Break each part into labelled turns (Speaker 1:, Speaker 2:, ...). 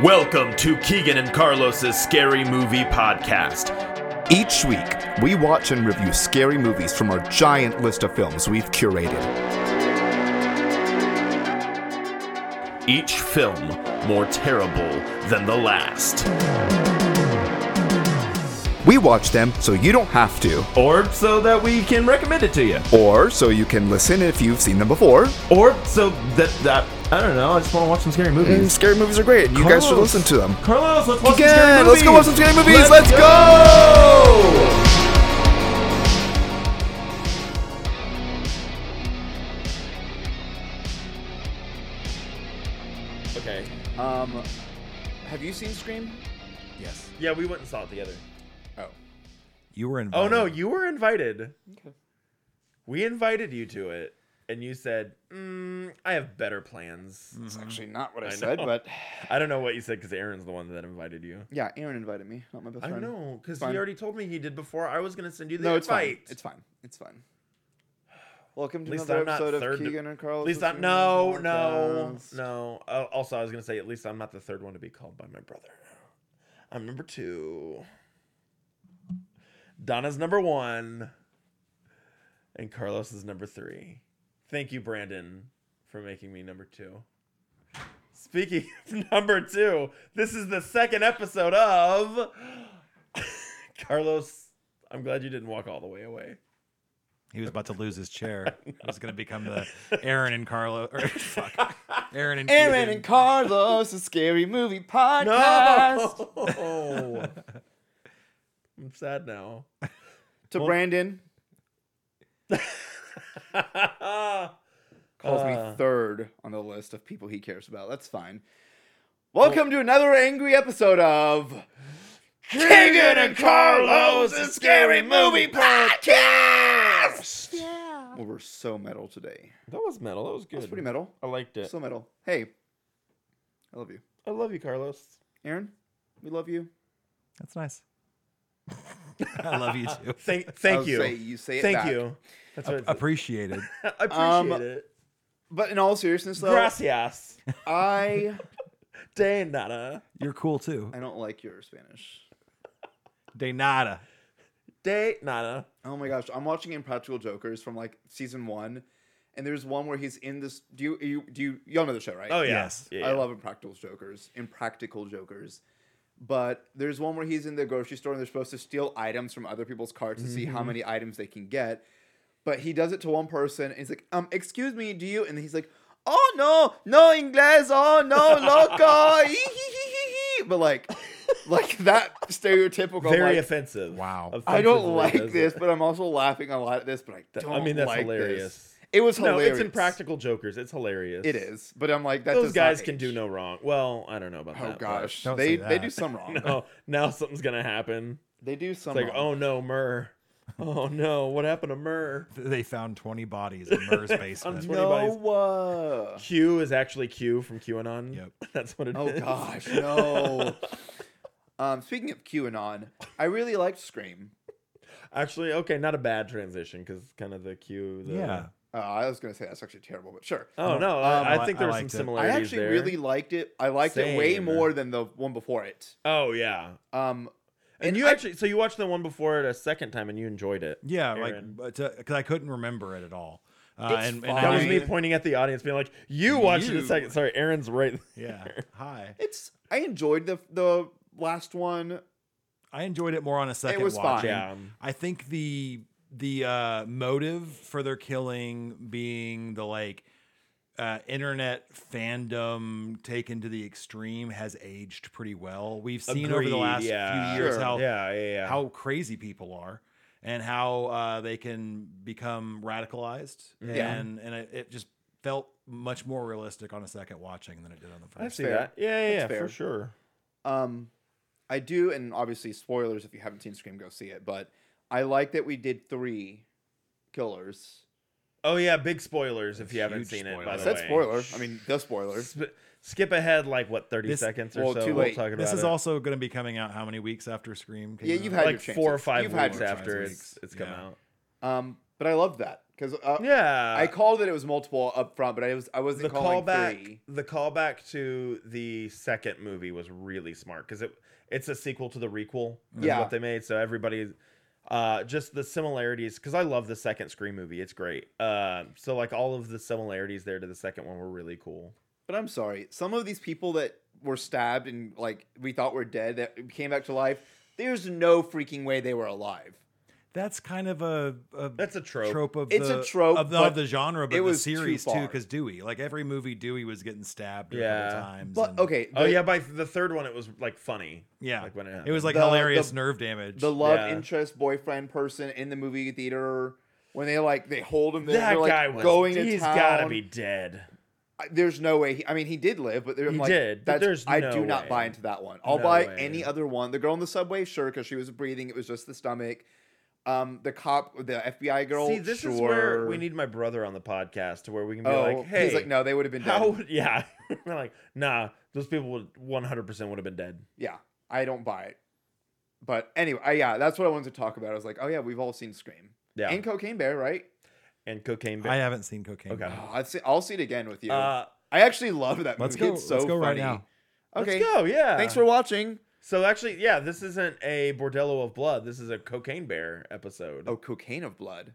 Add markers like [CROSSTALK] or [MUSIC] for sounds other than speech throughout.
Speaker 1: Welcome to Keegan and Carlos's Scary Movie Podcast.
Speaker 2: Each week, we watch and review scary movies from our giant list of films we've curated.
Speaker 1: Each film more terrible than the last.
Speaker 2: We watch them so you don't have to,
Speaker 1: Or so that we can recommend it to you.
Speaker 2: or so you can listen if you've seen them before.
Speaker 1: Or so that, that I don't know, I just want to watch some scary
Speaker 2: And
Speaker 1: movies.
Speaker 2: scary movies are great, and you guys should listen to them.
Speaker 1: Carlos, let's watch some scary
Speaker 2: Again,
Speaker 1: movies.
Speaker 2: let's go watch some scary movies. Let's, go.
Speaker 1: Okay.
Speaker 3: Um, have you seen Scream?
Speaker 2: Yes.
Speaker 1: Yeah, we went and saw it together.
Speaker 2: Oh.
Speaker 4: You were invited.
Speaker 1: Oh no, you were invited. We invited you to it, and you said, mm, "I have better plans."
Speaker 2: It's actually not what I,
Speaker 1: Mm-hmm. I
Speaker 2: said,
Speaker 1: know.
Speaker 2: but
Speaker 1: I don't know what you said because Aaron's the one that invited you.
Speaker 2: yeah, Aaron invited me, not my best
Speaker 1: I
Speaker 2: friend.
Speaker 1: know because he
Speaker 2: Fine.
Speaker 1: already told me he did before. I was gonna send you the
Speaker 2: No, it's fine.
Speaker 1: invite.
Speaker 2: It's fine. It's fine. Welcome to
Speaker 1: At least
Speaker 2: another
Speaker 1: I'm not
Speaker 2: episode of
Speaker 1: third to-
Speaker 2: Keegan and Carl.
Speaker 1: At least I'm no, no, no. Uh, also, I was gonna say at least I'm not the third one to be called by my brother. I'm number two. Donna's number one, and Carlos is number three. Thank you, Brandon, for making me number two. Speaking [LAUGHS] of number two, this is the second episode of [GASPS] Carlos. I'm glad you didn't walk all the way away.
Speaker 4: He was about to lose his chair. It [LAUGHS] was going to become the Aaron and Carlo. Or, [LAUGHS] fuck. Aaron and
Speaker 2: Aaron
Speaker 4: Keegan.
Speaker 2: and Carlos, a
Speaker 1: [LAUGHS]
Speaker 2: scary movie podcast.
Speaker 1: No. I'm sad [LAUGHS] now.
Speaker 2: To Brandon, calls
Speaker 1: Uh.
Speaker 2: me third on the list of people he cares about. That's fine. Welcome to another angry episode of Keegan and Carlos, a scary movie podcast. Well, we're so metal today.
Speaker 1: that was metal. That was good.
Speaker 2: That's pretty metal.
Speaker 1: I liked it.
Speaker 2: So metal. Hey, I love you,
Speaker 1: I love you, Carlos.
Speaker 2: Aaron. We love you.
Speaker 4: That's nice. [LAUGHS] I love you too.
Speaker 1: Thank, thank
Speaker 2: I'll
Speaker 1: you.
Speaker 2: Say, you say it
Speaker 1: thank
Speaker 2: back.
Speaker 1: you. That's what I
Speaker 4: Appreciated.
Speaker 1: [LAUGHS] appreciate
Speaker 2: Um,
Speaker 1: it.
Speaker 2: But in all seriousness, though,
Speaker 1: Gracias.
Speaker 2: I
Speaker 1: De nada.
Speaker 4: You're cool too.
Speaker 2: I don't like your Spanish.
Speaker 4: De nada.
Speaker 1: De nada.
Speaker 2: Oh my gosh, I'm watching Impractical Jokers from like season one, and there's one where he's in this. Do you you do you y'all know the show right?
Speaker 1: Oh yeah.
Speaker 4: Yes.
Speaker 1: Yeah,
Speaker 2: I
Speaker 1: yeah.
Speaker 2: love Impractical Jokers. Impractical Jokers. But there's one where he's in the grocery store and they're supposed to steal items from other people's carts to see
Speaker 1: Mm-hmm.
Speaker 2: how many items they can get. But he does it to one person and he's like, um, excuse me, do you? And he's like, oh no, no inglés, oh no, loco. hee, hee, hee, hee, hee." but like, like that stereotypical.
Speaker 1: [LAUGHS] Very
Speaker 2: like,
Speaker 1: offensive.
Speaker 4: Wow.
Speaker 2: I don't
Speaker 1: Offensively
Speaker 2: like
Speaker 1: does
Speaker 2: this,
Speaker 1: it.
Speaker 2: but I'm also laughing a lot at this. But I
Speaker 1: Th-
Speaker 2: don't.
Speaker 1: I mean, that's
Speaker 2: like this.
Speaker 1: hilarious.
Speaker 2: It was
Speaker 1: No,
Speaker 2: hilarious.
Speaker 1: it's in Practical Jokers. It's hilarious.
Speaker 2: It is, but I'm like that.
Speaker 1: Those
Speaker 2: does not
Speaker 1: guys can
Speaker 2: age.
Speaker 1: do no wrong. Well, I don't know about
Speaker 2: Oh
Speaker 1: that. but-
Speaker 2: gosh,
Speaker 4: Don't
Speaker 2: they
Speaker 4: say
Speaker 2: they
Speaker 4: that.
Speaker 2: do some wrong.
Speaker 1: [LAUGHS] No, [LAUGHS] now something's gonna happen.
Speaker 2: They do some.
Speaker 1: It's like, oh
Speaker 2: wrong.
Speaker 1: no, Murr. [LAUGHS] Oh no, what happened to Murr?
Speaker 4: They found 20 bodies in Murr's basement.
Speaker 1: Found 20 buddies.
Speaker 2: no. uh,
Speaker 1: Q is actually Q from QAnon.
Speaker 4: Yep.
Speaker 1: [LAUGHS] That's what it is.
Speaker 2: oh gosh, no. um, speaking of QAnon, I really liked Scream.
Speaker 1: [LAUGHS] Actually, okay, not a bad transition because kind of the Q. The...
Speaker 4: yeah.
Speaker 2: Uh, I was gonna say that's actually terrible, but sure.
Speaker 1: Oh no, I,
Speaker 4: Um,
Speaker 1: I think
Speaker 4: I
Speaker 1: there were some
Speaker 4: liked it.
Speaker 1: similarities
Speaker 2: I
Speaker 4: I
Speaker 2: actually
Speaker 1: there.
Speaker 2: really liked it. I liked it way
Speaker 1: Same.
Speaker 2: more than the one before it.
Speaker 1: Oh yeah. And,
Speaker 2: Um, And
Speaker 1: you
Speaker 2: I-
Speaker 1: actually, so you watched the one before it a second time and you enjoyed it.
Speaker 4: Yeah.
Speaker 1: Aaron.
Speaker 4: Like, because I couldn't remember it at all. Uh,
Speaker 2: It's
Speaker 4: and, and I
Speaker 1: That was me
Speaker 2: I-
Speaker 1: pointing at the audience, being like, "You watched it a
Speaker 4: You.
Speaker 1: second. Sorry, Aaron's right. [LAUGHS]
Speaker 4: Yeah. Hi.
Speaker 2: it's I enjoyed the the last one.
Speaker 4: I enjoyed it more on a second
Speaker 2: was
Speaker 4: watch.
Speaker 2: fine.
Speaker 1: Yeah.
Speaker 4: I think the the uh, motive for their killing being the like uh, internet fandom taken to the extreme has aged pretty well. We've seen over the
Speaker 1: Agreed,
Speaker 4: last
Speaker 1: yeah.
Speaker 4: few years
Speaker 2: Sure.
Speaker 4: how
Speaker 1: yeah, yeah, yeah.
Speaker 4: how crazy people are and how uh, they can become radicalized.
Speaker 2: Yeah.
Speaker 4: And and it, it just felt much more realistic on a second watching than it did on the
Speaker 1: I
Speaker 4: first.
Speaker 1: see
Speaker 2: fair.
Speaker 1: that. Yeah, yeah, yeah
Speaker 2: That's fair.
Speaker 1: for sure.
Speaker 2: Um, I do, and obviously spoilers if you haven't seen Scream, go see it. But I like that we did three killers.
Speaker 1: Oh yeah, big spoilers if you haven't
Speaker 4: Huge
Speaker 1: seen it. By
Speaker 4: spoilers.
Speaker 1: the
Speaker 2: I
Speaker 1: way,
Speaker 2: said spoiler. I mean, the spoiler.
Speaker 1: Sp- skip ahead like what thirty
Speaker 4: This-
Speaker 1: seconds or
Speaker 2: well,
Speaker 1: so.
Speaker 2: too
Speaker 1: We'll
Speaker 2: late.
Speaker 1: talk about
Speaker 4: This is
Speaker 1: it.
Speaker 4: also going to be coming out how many weeks after Scream? Came
Speaker 2: Yeah,
Speaker 4: out?
Speaker 2: you've had your
Speaker 1: like
Speaker 2: chances.
Speaker 1: four or 5
Speaker 2: You've had
Speaker 1: weeks
Speaker 2: your
Speaker 1: after
Speaker 4: chances.
Speaker 1: it's it's come
Speaker 4: Yeah.
Speaker 1: out.
Speaker 2: Um, But I love that because uh,
Speaker 1: Yeah.
Speaker 2: I called it. It was multiple up front, but I was I wasn't
Speaker 1: the
Speaker 2: calling
Speaker 1: callback
Speaker 2: three.
Speaker 1: the callback to the second movie was really smart because it it's a sequel to the requel is
Speaker 2: Yeah.
Speaker 1: what they made so everybody uh just the similarities because i love the second scream movie it's great uh so like all of the similarities there to the second one were really cool
Speaker 2: But I'm sorry. Some of these people that were stabbed and like we thought were dead that came back to life. There's no freaking way they were alive.
Speaker 4: That's kind of a, a
Speaker 1: that's a trope,
Speaker 4: of
Speaker 2: It's a
Speaker 4: the,
Speaker 2: trope,
Speaker 4: of the,
Speaker 2: but
Speaker 4: of the genre, but
Speaker 2: it
Speaker 4: it
Speaker 2: was
Speaker 4: was
Speaker 2: too
Speaker 4: series too,
Speaker 2: far.
Speaker 4: because Dewey, like every movie, Dewey was getting stabbed a
Speaker 1: Yeah.
Speaker 4: couple times.
Speaker 2: But
Speaker 4: and-
Speaker 2: okay.
Speaker 1: oh
Speaker 2: the-
Speaker 1: yeah by the third one it was like funny
Speaker 4: yeah,
Speaker 1: like when it
Speaker 4: it was like
Speaker 2: The-
Speaker 4: hilarious
Speaker 2: the-
Speaker 4: nerve damage.
Speaker 2: The love
Speaker 1: Yeah.
Speaker 2: interest boyfriend person in the movie theater when they like they hold him. There,
Speaker 1: that
Speaker 2: they're, like,
Speaker 1: guy was
Speaker 2: going
Speaker 1: He's
Speaker 2: to town.
Speaker 1: gotta be dead
Speaker 2: I- There's no way. He, I mean, he did live, but they're
Speaker 1: He
Speaker 2: like,
Speaker 1: did, but there's
Speaker 2: That's, I
Speaker 1: no
Speaker 2: do not
Speaker 1: way.
Speaker 2: buy into that one. I'll
Speaker 1: No
Speaker 2: buy
Speaker 1: way.
Speaker 2: any other one. The girl in the subway, sure, because she was breathing. It was just the stomach. Um, the cop, the FBI girl.
Speaker 1: see this
Speaker 2: sure.
Speaker 1: is where we need my brother on the podcast to where we can be
Speaker 2: Oh,
Speaker 1: like hey
Speaker 2: he's like, no, they would have been dead.
Speaker 1: How? would- [LAUGHS] Yeah, we're like, nah, those people would 100 percent would have been dead.
Speaker 2: yeah, I don't buy it. But anyway, I, yeah, that's what I wanted to talk about. I was like, oh yeah, we've all seen Scream
Speaker 1: Yeah,
Speaker 2: and
Speaker 1: and,
Speaker 2: Cocaine Bear, right?
Speaker 1: cocaine.
Speaker 4: I
Speaker 1: Bear.
Speaker 4: haven't seen cocaine.
Speaker 1: Okay.
Speaker 2: Oh, I'd see, I'll see it again with you.
Speaker 1: Uh,
Speaker 2: I actually love that
Speaker 4: Let's
Speaker 2: movie.
Speaker 4: go.
Speaker 2: It's so
Speaker 4: let's go right
Speaker 2: funny.
Speaker 4: now.
Speaker 2: Okay,
Speaker 1: Let's go. Yeah.
Speaker 2: thanks for watching.
Speaker 1: So actually, yeah, this isn't a bordello of blood. This is a cocaine bear episode.
Speaker 2: Oh, Cocaine of Blood.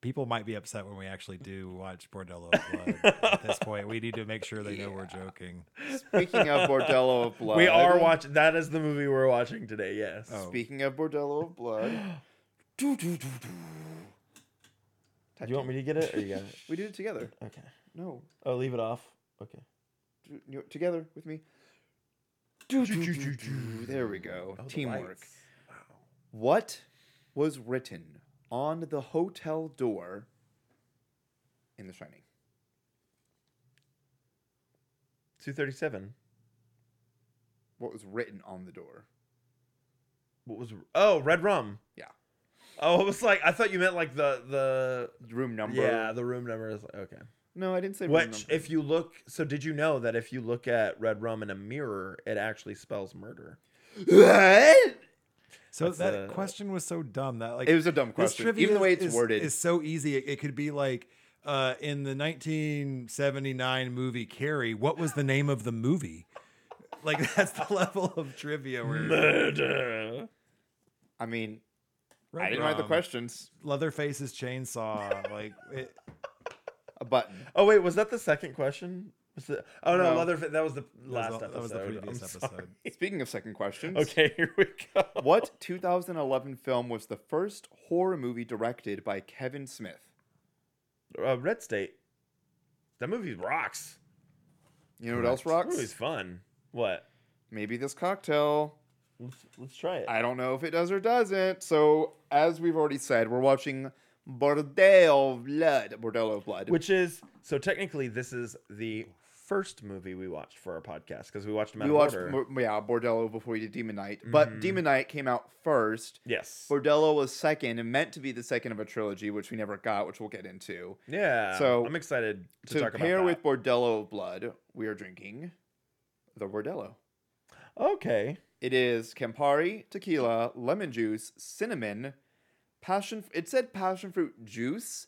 Speaker 4: People might be upset when we actually do watch Bordello of
Speaker 2: [LAUGHS]
Speaker 4: Blood. At this point, we need to make sure they know we're joking.
Speaker 2: Speaking of Bordello of
Speaker 1: [LAUGHS]
Speaker 2: Blood,
Speaker 1: we are watching. That is the movie we're watching today. Yes.
Speaker 4: Oh.
Speaker 2: Speaking of Bordello of Blood, do, do, do, do.
Speaker 1: Do you want me to get it, or you got it?
Speaker 2: we did it together.
Speaker 1: Okay.
Speaker 2: No,
Speaker 1: Oh, leave it off. Okay.
Speaker 2: do- you- together with me. Do, do, do, do, do. There we go.
Speaker 1: Oh, the
Speaker 2: Teamwork.
Speaker 1: lights.
Speaker 2: What was written on the hotel door in The Shining?
Speaker 1: 237.
Speaker 2: What was written on the door?
Speaker 1: What was? Oh, red rum.
Speaker 2: Yeah.
Speaker 1: Oh, it was like I thought you meant like the the
Speaker 2: Room number.
Speaker 1: yeah the room number is okay.
Speaker 2: No, I didn't say room
Speaker 1: Which,
Speaker 2: number.
Speaker 1: if you look, so did you know that if you look at red rum in a mirror, it actually spells murder?
Speaker 2: [LAUGHS] What?
Speaker 4: So
Speaker 1: That's
Speaker 4: that
Speaker 1: a-
Speaker 4: question was so dumb that like
Speaker 2: It was a dumb
Speaker 4: This
Speaker 2: question.
Speaker 4: trivia
Speaker 2: Even the way it's
Speaker 4: is,
Speaker 2: worded.
Speaker 4: is so easy. It, it could be like uh, in the 1979 movie Carrie. What was the name of the movie? Like [LAUGHS] that's the level of trivia where
Speaker 1: Murder.
Speaker 2: I mean,
Speaker 4: Red
Speaker 2: I didn't write the
Speaker 4: Rum,
Speaker 2: questions.
Speaker 4: Leatherface's chainsaw. Like
Speaker 2: [LAUGHS]
Speaker 4: it,
Speaker 2: A
Speaker 4: [LAUGHS]
Speaker 2: button.
Speaker 1: Oh wait, was that the second question? Was the, oh no,
Speaker 2: No.
Speaker 1: leather. That was the
Speaker 4: that
Speaker 1: last
Speaker 4: was the-
Speaker 1: episode.
Speaker 4: that was the previous
Speaker 1: I'm
Speaker 4: episode.
Speaker 1: sorry.
Speaker 2: Speaking of second questions.
Speaker 1: Okay, here we go.
Speaker 2: What 2011 film was the first horror movie directed by Kevin Smith?
Speaker 1: Uh, Red State. That movie rocks.
Speaker 2: You know what else
Speaker 1: That movie's
Speaker 2: rocks?
Speaker 1: fun. What?
Speaker 2: Maybe this cocktail.
Speaker 1: Let's, let's try it.
Speaker 2: I don't know if it does or doesn't. So, as we've already said, we're watching Bordello of Blood. Bordello of Blood.
Speaker 1: Which is so technically this is the first movie we watched for our podcast because we watched them out
Speaker 2: we
Speaker 1: of
Speaker 2: watched,
Speaker 1: order.
Speaker 2: Mo- yeah, Bordello before we did Demon Knight.
Speaker 4: Mm-hmm.
Speaker 2: But Demon Knight came out first.
Speaker 1: yes.
Speaker 2: Bordello was second and meant to be the second of a trilogy, which we never got, which we'll get into.
Speaker 1: Yeah.
Speaker 2: So,
Speaker 1: I'm excited to,
Speaker 2: To,
Speaker 1: talk about
Speaker 2: pair
Speaker 1: that.
Speaker 2: with Bordello of Blood, we are drinking the Bordello.
Speaker 1: Okay.
Speaker 2: It is Campari, tequila, lemon juice, cinnamon, passion. It said passion fruit juice,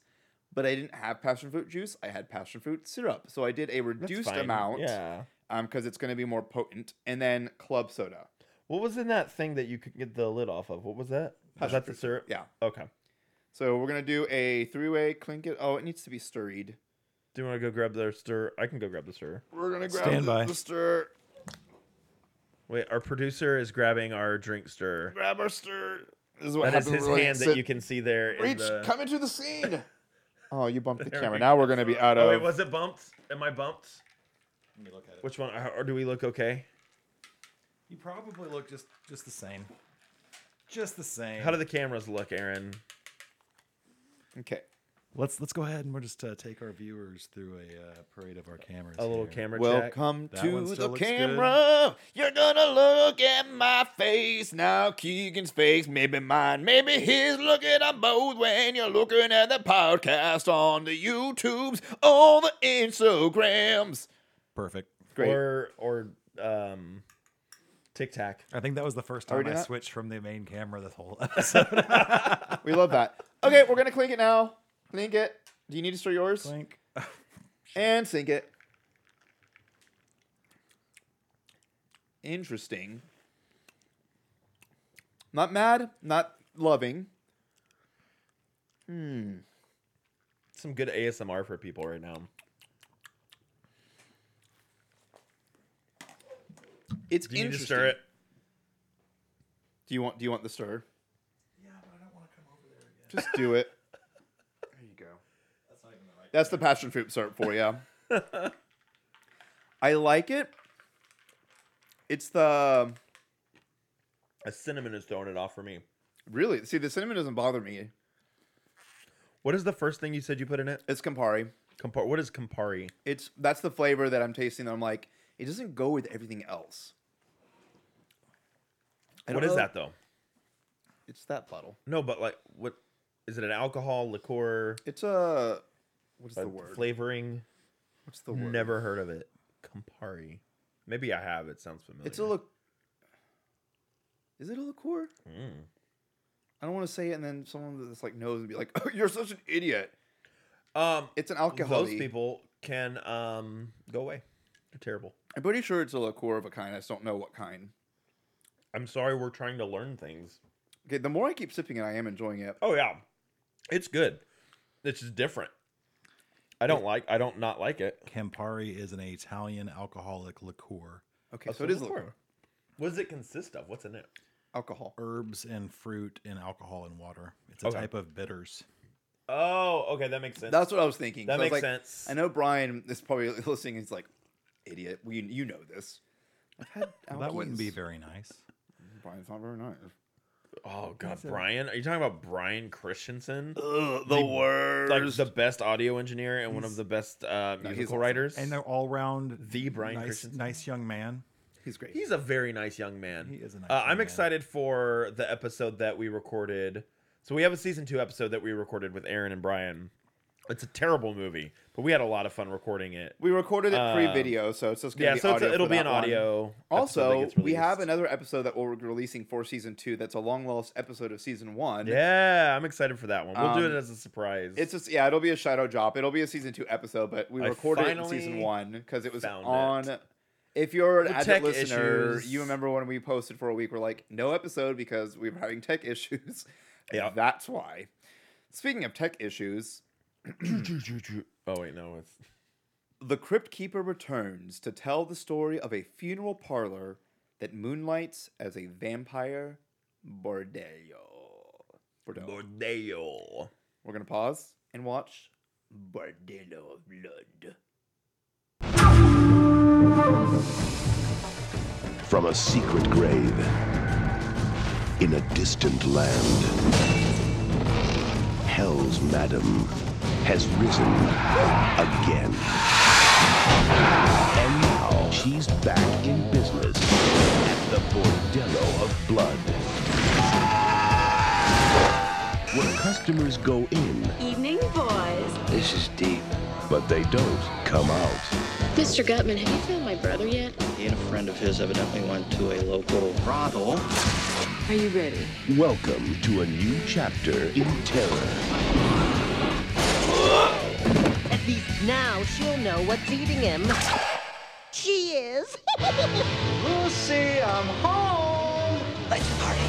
Speaker 2: but I didn't have passion fruit juice. I had passion fruit syrup. So I did a
Speaker 1: that's
Speaker 2: reduced
Speaker 1: fine.
Speaker 2: amount
Speaker 1: Yeah.
Speaker 2: because it's going to be more potent. And then club soda.
Speaker 1: What was in that thing that you could get the lid off of? What was that? Was
Speaker 2: Passion
Speaker 1: that the
Speaker 2: fruit.
Speaker 1: syrup?
Speaker 2: Yeah.
Speaker 1: Okay.
Speaker 2: So we're going to do a three way clink it. Oh, it needs to be stirred.
Speaker 1: Do you want to go grab the stir? I can go grab the stir.
Speaker 2: We're going to grab
Speaker 4: Stand
Speaker 2: the,
Speaker 4: by.
Speaker 2: the stir.
Speaker 1: Wait, our producer is grabbing our drink stir.
Speaker 2: Grab our stir. This is what
Speaker 1: That is
Speaker 2: happens
Speaker 1: his
Speaker 2: when I
Speaker 1: hand
Speaker 2: sit-
Speaker 1: that you can see there. in
Speaker 2: reach.
Speaker 1: the-
Speaker 2: Come into the scene. [LAUGHS] oh, you bumped
Speaker 1: [LAUGHS]
Speaker 2: the
Speaker 1: There
Speaker 2: camera.
Speaker 1: we
Speaker 2: Now
Speaker 1: go.
Speaker 2: we're going to be out
Speaker 1: Oh,
Speaker 2: of.
Speaker 1: wait, was it bumped? Am I bumped?
Speaker 4: Let me look at it.
Speaker 1: Which one? Or do we look okay?
Speaker 4: You probably look just just the same. Just the same.
Speaker 1: How do the cameras look, Aaron?
Speaker 2: okay.
Speaker 4: let's let's go ahead and we'll just uh, take our viewers through a uh, parade of our cameras.
Speaker 1: A little
Speaker 4: here.
Speaker 1: camera check.
Speaker 2: Welcome
Speaker 4: That one
Speaker 2: to
Speaker 4: still
Speaker 2: the
Speaker 4: looks good.
Speaker 2: camera. You're gonna look at my face now, Keegan's face, maybe mine, maybe his. Look at them both when you're looking at the podcast on the YouTubes, all the Instagrams.
Speaker 4: Perfect.
Speaker 2: Great.
Speaker 1: Or or um, Tic Tac.
Speaker 4: I think that was the first
Speaker 2: Are we
Speaker 4: time I
Speaker 2: doing that? [LAUGHS]
Speaker 4: switched from the main camera this whole episode.
Speaker 1: [LAUGHS]
Speaker 2: we love that. Okay, we're gonna clink it now. Clink it. Do you need to store yours?
Speaker 4: [LAUGHS] Clink.
Speaker 2: And sink it. Interesting. Not mad, not loving.
Speaker 1: Some good ASMR for people right now.
Speaker 2: It's
Speaker 1: Do you need to
Speaker 2: interesting.
Speaker 1: stir it?
Speaker 2: Do you want do you want the stir? Yeah, but I don't want to come over there again. Just do it. [LAUGHS]
Speaker 3: There you go.
Speaker 2: That's the passion fruit syrup for
Speaker 1: [LAUGHS]
Speaker 2: you. I like it. It's the
Speaker 1: A cinnamon is throwing it off for me.
Speaker 2: really see the cinnamon doesn't bother me.
Speaker 1: What is the first thing you said you put in it?
Speaker 2: It's Campari.
Speaker 1: Campari. What is Campari?
Speaker 2: It's that's the flavor that I'm tasting. That I'm like, it doesn't go with everything else. I
Speaker 1: What
Speaker 2: don't
Speaker 1: is
Speaker 2: know.
Speaker 1: that though?
Speaker 2: It's that bottle.
Speaker 1: No, but like, what is it? An alcohol, liqueur,
Speaker 2: It's a what is
Speaker 1: a
Speaker 2: the word?
Speaker 1: flavoring?
Speaker 2: What's the word?
Speaker 1: Never heard of it. Campari. Maybe I have. It sounds familiar.
Speaker 2: It's a look. Is it a liqueur?
Speaker 1: Mm.
Speaker 2: I don't want to say it, and then someone that's like knows and be like, [LAUGHS] oh, "You're such an idiot."
Speaker 1: Um,
Speaker 2: It's an alcohol.
Speaker 1: Those people can um go away. They're terrible.
Speaker 2: I'm pretty sure it's a liqueur of a kind. I just don't know what kind.
Speaker 1: I'm sorry. We're trying to learn things.
Speaker 2: Okay, the more I keep sipping it, I am enjoying it.
Speaker 1: Oh yeah, it's good. It's just different. I don't like. I don't not like it.
Speaker 4: Campari is an Italian alcoholic liqueur.
Speaker 2: Okay,
Speaker 1: Oh,
Speaker 2: so it is
Speaker 1: liqueur.
Speaker 2: liqueur.
Speaker 1: What does it consist of? What's in it?
Speaker 2: alcohol.
Speaker 4: Herbs and fruit and alcohol and water. It's a
Speaker 1: Okay.
Speaker 4: type of bitters.
Speaker 1: Oh, okay, that makes sense.
Speaker 2: That's what I was thinking.
Speaker 1: that
Speaker 2: 'cause I was
Speaker 1: makes
Speaker 2: like,
Speaker 1: sense.
Speaker 2: I know Brian is probably [LAUGHS] listening. He's like, "Idiot, well, you, you know this." I've had
Speaker 4: Well, that wouldn't be
Speaker 2: alkies.
Speaker 4: very nice.
Speaker 2: Brian's not very nice.
Speaker 1: Oh god, Brian, are you talking about Brian Christensen?
Speaker 2: Ugh, the, worst.
Speaker 1: Like the best audio engineer and one of the best uh, musical
Speaker 2: awesome.
Speaker 1: writers.
Speaker 4: And they're all round
Speaker 1: The Brian
Speaker 4: nice,
Speaker 1: Christensen.
Speaker 4: nice young man.
Speaker 2: He's great.
Speaker 1: He's a very nice young man.
Speaker 4: He is a nice
Speaker 1: Uh,
Speaker 4: young
Speaker 1: I'm
Speaker 4: man.
Speaker 1: excited for the episode that we recorded. So we have a season two episode that we recorded with Aaron and Brian. It's a terrible movie, but we had a lot of fun recording it.
Speaker 2: we recorded it
Speaker 1: Um,
Speaker 2: pre-video, so it's just gonna
Speaker 1: yeah,
Speaker 2: be
Speaker 1: so it's
Speaker 2: audio
Speaker 1: a,
Speaker 2: for
Speaker 1: it'll be
Speaker 2: that
Speaker 1: an
Speaker 2: one.
Speaker 1: audio. episode that
Speaker 2: Also,
Speaker 1: gets
Speaker 2: we have
Speaker 1: released.
Speaker 2: another episode that we're releasing for season two. That's a long lost episode of season one.
Speaker 1: Yeah, I'm excited for that one. We'll do
Speaker 2: Um,
Speaker 1: it as a surprise.
Speaker 2: It's just yeah, it'll be a shadow drop. It'll be a season two episode, but we
Speaker 1: I
Speaker 2: recorded it in season
Speaker 1: finally
Speaker 2: one because it was
Speaker 1: found
Speaker 2: on.
Speaker 1: it.
Speaker 2: If you're an
Speaker 1: The
Speaker 2: avid
Speaker 1: tech
Speaker 2: listener,
Speaker 1: issues.
Speaker 2: you remember when we posted for a week, we're like, no episode because we were having tech issues.
Speaker 1: Yeah.
Speaker 2: that's why. Speaking of tech issues,
Speaker 1: [CLEARS THROAT]
Speaker 2: [CLEARS THROAT]
Speaker 1: oh wait, no, it's
Speaker 2: the crypt keeper returns to tell the story of a funeral parlor that moonlights as a vampire bordello. Bordello.
Speaker 1: Bordello.
Speaker 2: We're gonna pause and watch Bordello of Blood.
Speaker 5: [LAUGHS] from a secret grave in a distant land. Hell's Madam has risen again. And now she's back in business at the Bordello of Blood. Where customers go in,
Speaker 6: Evening, boys.
Speaker 5: this is deep, but they don't come out.
Speaker 7: Mr. Gutman, have you found my brother yet?
Speaker 8: He and a friend of his evidently went to a local brothel.
Speaker 6: Are you ready?
Speaker 5: Welcome to a new chapter in terror.
Speaker 9: At least now she'll know what's eating him. She
Speaker 6: [LAUGHS]
Speaker 9: is.
Speaker 8: Lucy, I'm home!
Speaker 9: Let's party.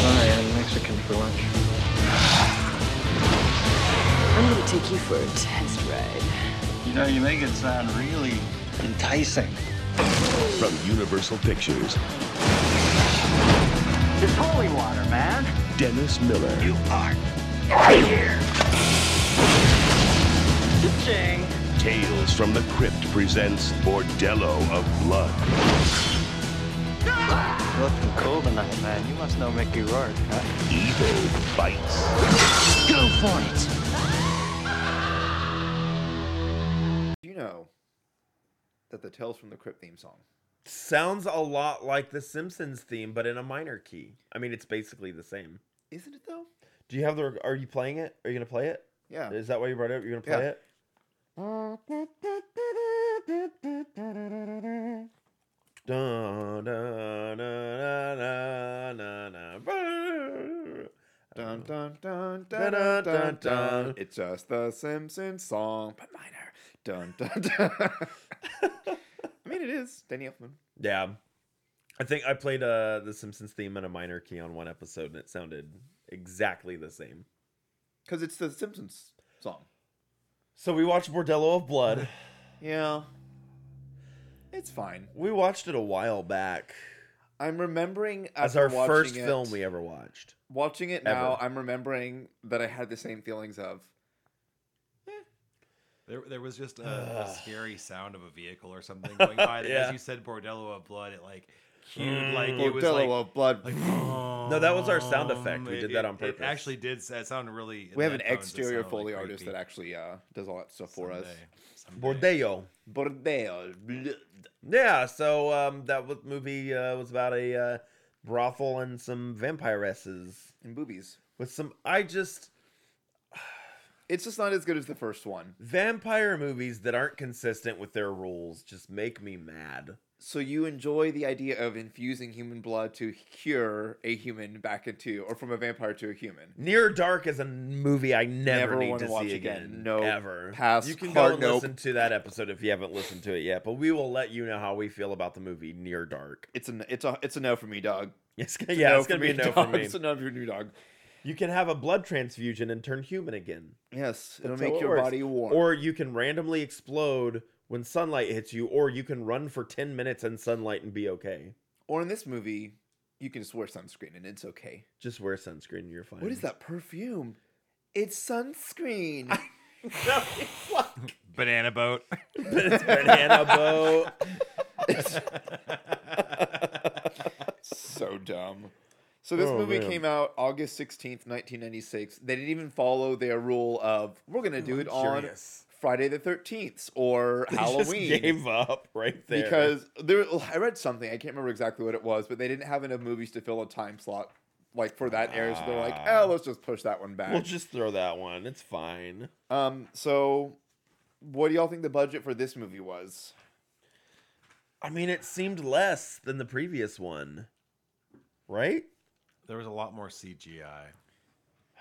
Speaker 8: Sorry, I'm Mexican for lunch.
Speaker 6: I'm gonna take you for a test ride.
Speaker 8: You know, you make it sound really enticing.
Speaker 5: From Universal Pictures,
Speaker 8: It's holy water, man.
Speaker 5: Dennis Miller.
Speaker 8: are here. Ching.
Speaker 5: Tales from the Crypt presents Bordello of Blood.
Speaker 8: Looking cool tonight, man. You must know Mickey Rourke, huh?
Speaker 5: Evil bites.
Speaker 9: Go for it.
Speaker 2: Do you know that the Tales from the Crypt theme song?
Speaker 1: Sounds a lot like the Simpsons theme, but in a minor key. I mean, it's basically the same.
Speaker 2: Isn't it though?
Speaker 1: Do you have the? Are you playing it? Are you gonna play it?
Speaker 2: Yeah.
Speaker 1: Is that why you brought it up? You're gonna play
Speaker 2: Oh. Yeah.
Speaker 1: it? Dun, dun, dun, dun, dun,
Speaker 2: dun, dun, dun, dun, dun, dun.
Speaker 1: Dun-dun-dun-dun.
Speaker 2: It's just the Simpsons song, but minor. Dun dun [LAUGHS] dun. I mean, it is Danny Elfman.
Speaker 1: Yeah. I think I played uh the Simpsons theme in a minor key on one episode and it sounded exactly the same.
Speaker 2: Because it's the Simpsons song.
Speaker 1: So we watched Bordello of Blood.
Speaker 2: Yeah. It's fine.
Speaker 1: [SIGHS] We watched it a while back.
Speaker 2: I'm remembering
Speaker 1: As our
Speaker 2: after watching
Speaker 1: first
Speaker 2: it-
Speaker 1: film we ever watched.
Speaker 2: watching it now.
Speaker 1: ever.
Speaker 2: I'm remembering that I had the same feelings of
Speaker 4: There, there was just a, a scary sound of a vehicle
Speaker 1: [LAUGHS]
Speaker 4: or something going by. that
Speaker 1: Yeah. Mm.
Speaker 4: As you said, Bordello of Blood, it like cued like it was
Speaker 2: Bordello
Speaker 4: like,
Speaker 2: of "Oh, Blood.
Speaker 1: [LAUGHS]
Speaker 4: like um,
Speaker 1: No, that was our sound effect. We
Speaker 4: it-
Speaker 1: did that
Speaker 4: it-
Speaker 1: on
Speaker 4: It
Speaker 1: purpose.
Speaker 4: actually did. s- It sounded really. in
Speaker 2: we have an
Speaker 4: headphones, it
Speaker 2: exterior
Speaker 4: sounded, like,
Speaker 2: Foley artist
Speaker 4: creepy.
Speaker 2: that actually uh, does all that stuff for us.
Speaker 4: Someday, someday.
Speaker 1: Bordello.
Speaker 2: Bordello. Blood.
Speaker 1: Yeah, so um that was, movie uh, was about a uh, brothel and some vampiresses
Speaker 2: And boobies.
Speaker 1: with some I just
Speaker 2: It's just not as good as the first one.
Speaker 1: vampire movies that aren't consistent with their rules just make me mad.
Speaker 2: So you enjoy the idea of infusing human blood to cure a human back into, or from a vampire to a human.
Speaker 1: Near Dark is a movie I never,
Speaker 2: Never
Speaker 1: need
Speaker 2: wanna
Speaker 1: to
Speaker 2: watch
Speaker 1: see again.
Speaker 2: again. Nope.
Speaker 1: ever.
Speaker 2: Pass.
Speaker 1: You can go
Speaker 2: Hard
Speaker 1: and
Speaker 2: nope.
Speaker 1: listen to that episode if you haven't listened to it yet. But we will let you know how we feel about the movie Near Dark. [LAUGHS]
Speaker 2: It's a it's a it's a no for me, dog.
Speaker 1: It's, gonna- yeah, it's
Speaker 2: for
Speaker 1: gonna be a
Speaker 2: me,
Speaker 1: no
Speaker 2: dog.
Speaker 1: for me.
Speaker 2: It's a no for you, dog.
Speaker 1: You can have a blood transfusion and turn human again.
Speaker 2: Yes, it'll
Speaker 1: That's how
Speaker 2: make
Speaker 1: it
Speaker 2: your
Speaker 1: works.
Speaker 2: body warm.
Speaker 1: Or you can randomly explode when sunlight hits you, or you can run for ten minutes in sunlight and be okay.
Speaker 2: or in this movie, you can just wear sunscreen and it's okay.
Speaker 1: Just wear sunscreen and you're fine.
Speaker 2: What is that perfume? It's sunscreen.
Speaker 4: banana boat.
Speaker 1: [LAUGHS]
Speaker 4: [LAUGHS]
Speaker 1: it's banana
Speaker 2: [LAUGHS]
Speaker 1: boat.
Speaker 2: so dumb. So this
Speaker 1: Oh,
Speaker 2: movie
Speaker 1: man.
Speaker 2: came out August 16th, 1996. They didn't even follow their rule of we're going to do it on
Speaker 1: curious.
Speaker 2: Friday the 13th or
Speaker 1: [LAUGHS] They
Speaker 2: Halloween.
Speaker 1: just gave up right there
Speaker 2: because there I read something, I can't remember exactly what it was, but they didn't have enough movies to fill a time slot like for that era, so they're like, "Oh, let's just push that one back."
Speaker 1: we'll just throw that one. It's fine.
Speaker 2: um so what do y'all think the budget for this movie was?
Speaker 1: I mean, it seemed less than the previous one, right?
Speaker 4: There was a lot more CGI,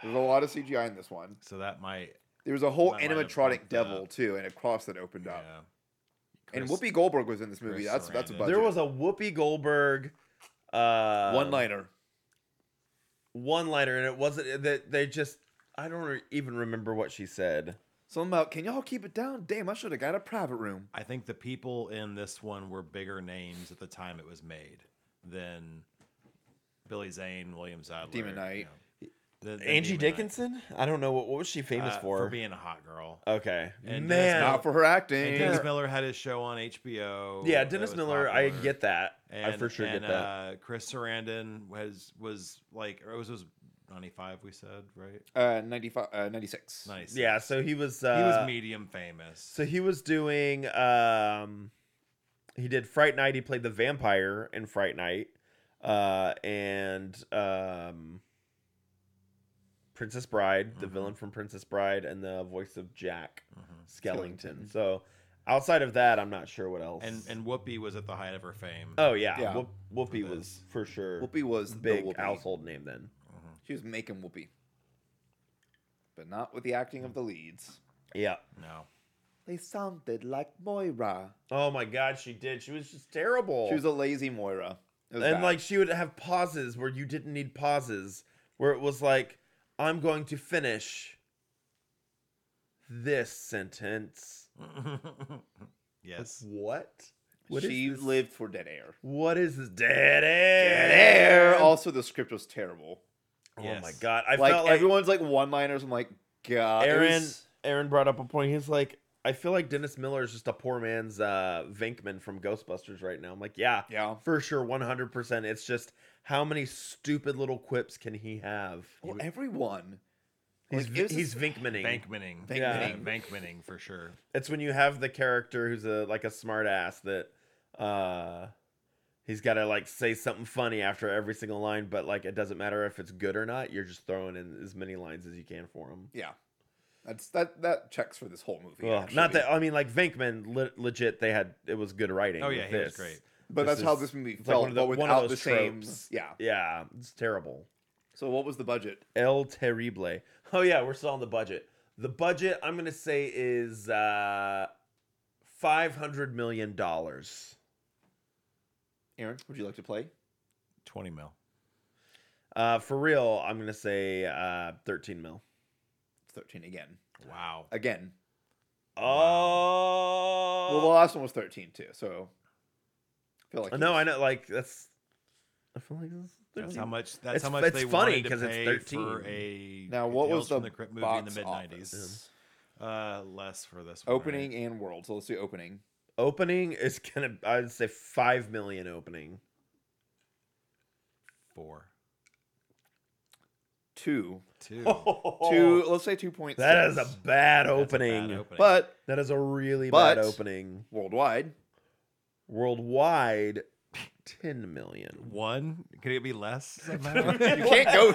Speaker 2: There's a lot of CGI in this one.
Speaker 4: so that might.
Speaker 2: There was a whole
Speaker 4: That might have
Speaker 2: animatronic
Speaker 4: bumped it up.
Speaker 2: devil too, and a cross that opened
Speaker 4: Yeah.
Speaker 2: up. and
Speaker 4: Chris-
Speaker 2: Whoopi Goldberg was in this movie.
Speaker 4: Chris
Speaker 2: that's that's a
Speaker 4: Sarandon.
Speaker 2: budget.
Speaker 1: There was a Whoopi Goldberg uh,
Speaker 2: liner.
Speaker 1: one liner, and it wasn't that they just. I don't re- even remember what she said.
Speaker 2: Something about can y'all keep it down? Damn, I should have got a private room.
Speaker 4: I think the people in this one were bigger names at the time it was made than Billy Zane, William Sadler,
Speaker 2: Demon
Speaker 4: you
Speaker 2: Knight.
Speaker 4: know, than- than
Speaker 1: Angie
Speaker 4: Demon Knight.
Speaker 1: Dickinson. I don't know what, what was she famous
Speaker 4: Uh,
Speaker 1: for.
Speaker 4: being a hot girl.
Speaker 1: okay,
Speaker 4: And Dennis
Speaker 1: man.
Speaker 4: Miller.
Speaker 2: Not for her
Speaker 4: And
Speaker 2: acting.
Speaker 4: Dennis Miller had his show on HBO.
Speaker 1: yeah,
Speaker 4: that
Speaker 1: Dennis
Speaker 4: was
Speaker 1: Miller. I
Speaker 4: popular.
Speaker 1: get that.
Speaker 4: And,
Speaker 1: I for sure
Speaker 4: and,
Speaker 1: get that.
Speaker 4: Uh, Chris Sarandon was was like or it was was ninety five. We said right.
Speaker 2: Uh, 95, uh, 96.
Speaker 4: Nice.
Speaker 1: yeah, so he was. Uh,
Speaker 4: he was medium famous.
Speaker 1: So he was doing um he did Fright Night, he played the vampire in Fright Night. Uh and um Princess Bride, the
Speaker 2: Mm-hmm.
Speaker 1: villain from Princess Bride and the voice of Jack Skellington. So outside of that, I'm not sure what else.
Speaker 4: and and Whoopi was at the height of her fame.
Speaker 1: oh yeah,
Speaker 2: Yeah.
Speaker 1: Whoop, Whoopi
Speaker 4: For
Speaker 1: was for sure
Speaker 2: Whoopi was the
Speaker 1: big
Speaker 2: Whoopi.
Speaker 1: household name then.
Speaker 2: She was making Whoopi, but not with the acting of the leads.
Speaker 1: Yeah.
Speaker 4: No. [LAUGHS]
Speaker 2: They sounded like Moira.
Speaker 1: Oh my god, she did. She was just terrible.
Speaker 2: She was a lazy Moira. It was
Speaker 1: and
Speaker 2: bad.
Speaker 1: like she would have pauses where you didn't need pauses where it was like i'm going to finish this sentence
Speaker 4: yes.
Speaker 1: what what is
Speaker 2: she
Speaker 1: this?
Speaker 2: lived for dead air.
Speaker 1: what is this dead air
Speaker 2: Dead air. Also, the script was terrible.
Speaker 1: oh my
Speaker 4: Yes.
Speaker 1: god i
Speaker 2: like,
Speaker 1: felt like
Speaker 2: everyone's like one liners. I'm like, God. it
Speaker 1: aaron
Speaker 2: was-
Speaker 1: aaron brought up a point he's like i feel like dennis miller is just a poor man's uh vinkman from ghostbusters right now i'm like yeah
Speaker 2: Yeah.
Speaker 1: for sure 100% it's just how many stupid little quips can he have
Speaker 2: Well, everyone.
Speaker 1: he's,
Speaker 2: like, it was
Speaker 1: he's
Speaker 2: just-
Speaker 1: vinkmaning
Speaker 4: Bankmaning.
Speaker 1: Yeah.
Speaker 4: Bankmaning. Bankmaning for sure.
Speaker 1: it's when you have the character who's a like a smart ass that uh he's got to like say something funny after every single line but like it doesn't matter if it's good or not you're just throwing in as many lines as you can for him
Speaker 2: Yeah, that's that that checks for this whole movie.
Speaker 1: well,
Speaker 2: actually.
Speaker 1: not that i mean like venkman le- legit they had it was good writing
Speaker 4: Oh
Speaker 1: with
Speaker 4: yeah, he was
Speaker 1: this.
Speaker 4: great.
Speaker 2: but
Speaker 1: this
Speaker 2: that's how
Speaker 1: is-
Speaker 2: this movie
Speaker 1: it's like
Speaker 2: felt,
Speaker 1: one of the-
Speaker 2: but
Speaker 1: one of
Speaker 2: without the
Speaker 1: those
Speaker 2: same.
Speaker 1: tropes.
Speaker 2: Yeah,
Speaker 1: yeah it's terrible
Speaker 2: So what was the budget?
Speaker 1: El Terrible. Oh yeah, we're still on the budget. The budget I'm gonna say is uh, five hundred million dollars.
Speaker 2: Aaron, would you like to play?
Speaker 4: 20 mil.
Speaker 1: Uh, for real, I'm gonna say uh, thirteen mil.
Speaker 2: Thirteen again.
Speaker 4: Wow.
Speaker 2: Again. Well, the
Speaker 1: Oh
Speaker 2: last one was thirteen too. So I feel like
Speaker 1: no,
Speaker 2: he's-
Speaker 1: I know. Like that's. I feel like that's,
Speaker 4: That's
Speaker 1: 13.
Speaker 4: how much. That's
Speaker 1: It's-
Speaker 4: how much
Speaker 1: it's
Speaker 4: they
Speaker 1: funny
Speaker 4: wanted to
Speaker 1: 'cause it's
Speaker 4: pay
Speaker 1: 13.
Speaker 4: for a
Speaker 2: Now what
Speaker 4: Tales
Speaker 2: was the,
Speaker 4: from the Crypt movie in
Speaker 2: box
Speaker 4: the mid '90s?
Speaker 2: office?
Speaker 4: Uh, less for this one.
Speaker 2: Opening
Speaker 4: right?
Speaker 2: and world. So let's do opening.
Speaker 1: Opening is gonna. I'd say five million opening.
Speaker 4: four,
Speaker 2: Two.
Speaker 1: [LAUGHS]
Speaker 4: two.
Speaker 1: Oh.
Speaker 2: Two. Let's say two point six.
Speaker 1: That is a bad
Speaker 4: That's a bad
Speaker 1: opening.
Speaker 4: opening.
Speaker 2: But
Speaker 1: That is a really
Speaker 2: But-
Speaker 1: bad opening.
Speaker 2: worldwide, [LAUGHS]
Speaker 1: Worldwide, ten million.
Speaker 4: one could it be less?
Speaker 1: [LAUGHS]
Speaker 4: somehow?
Speaker 2: you can't go.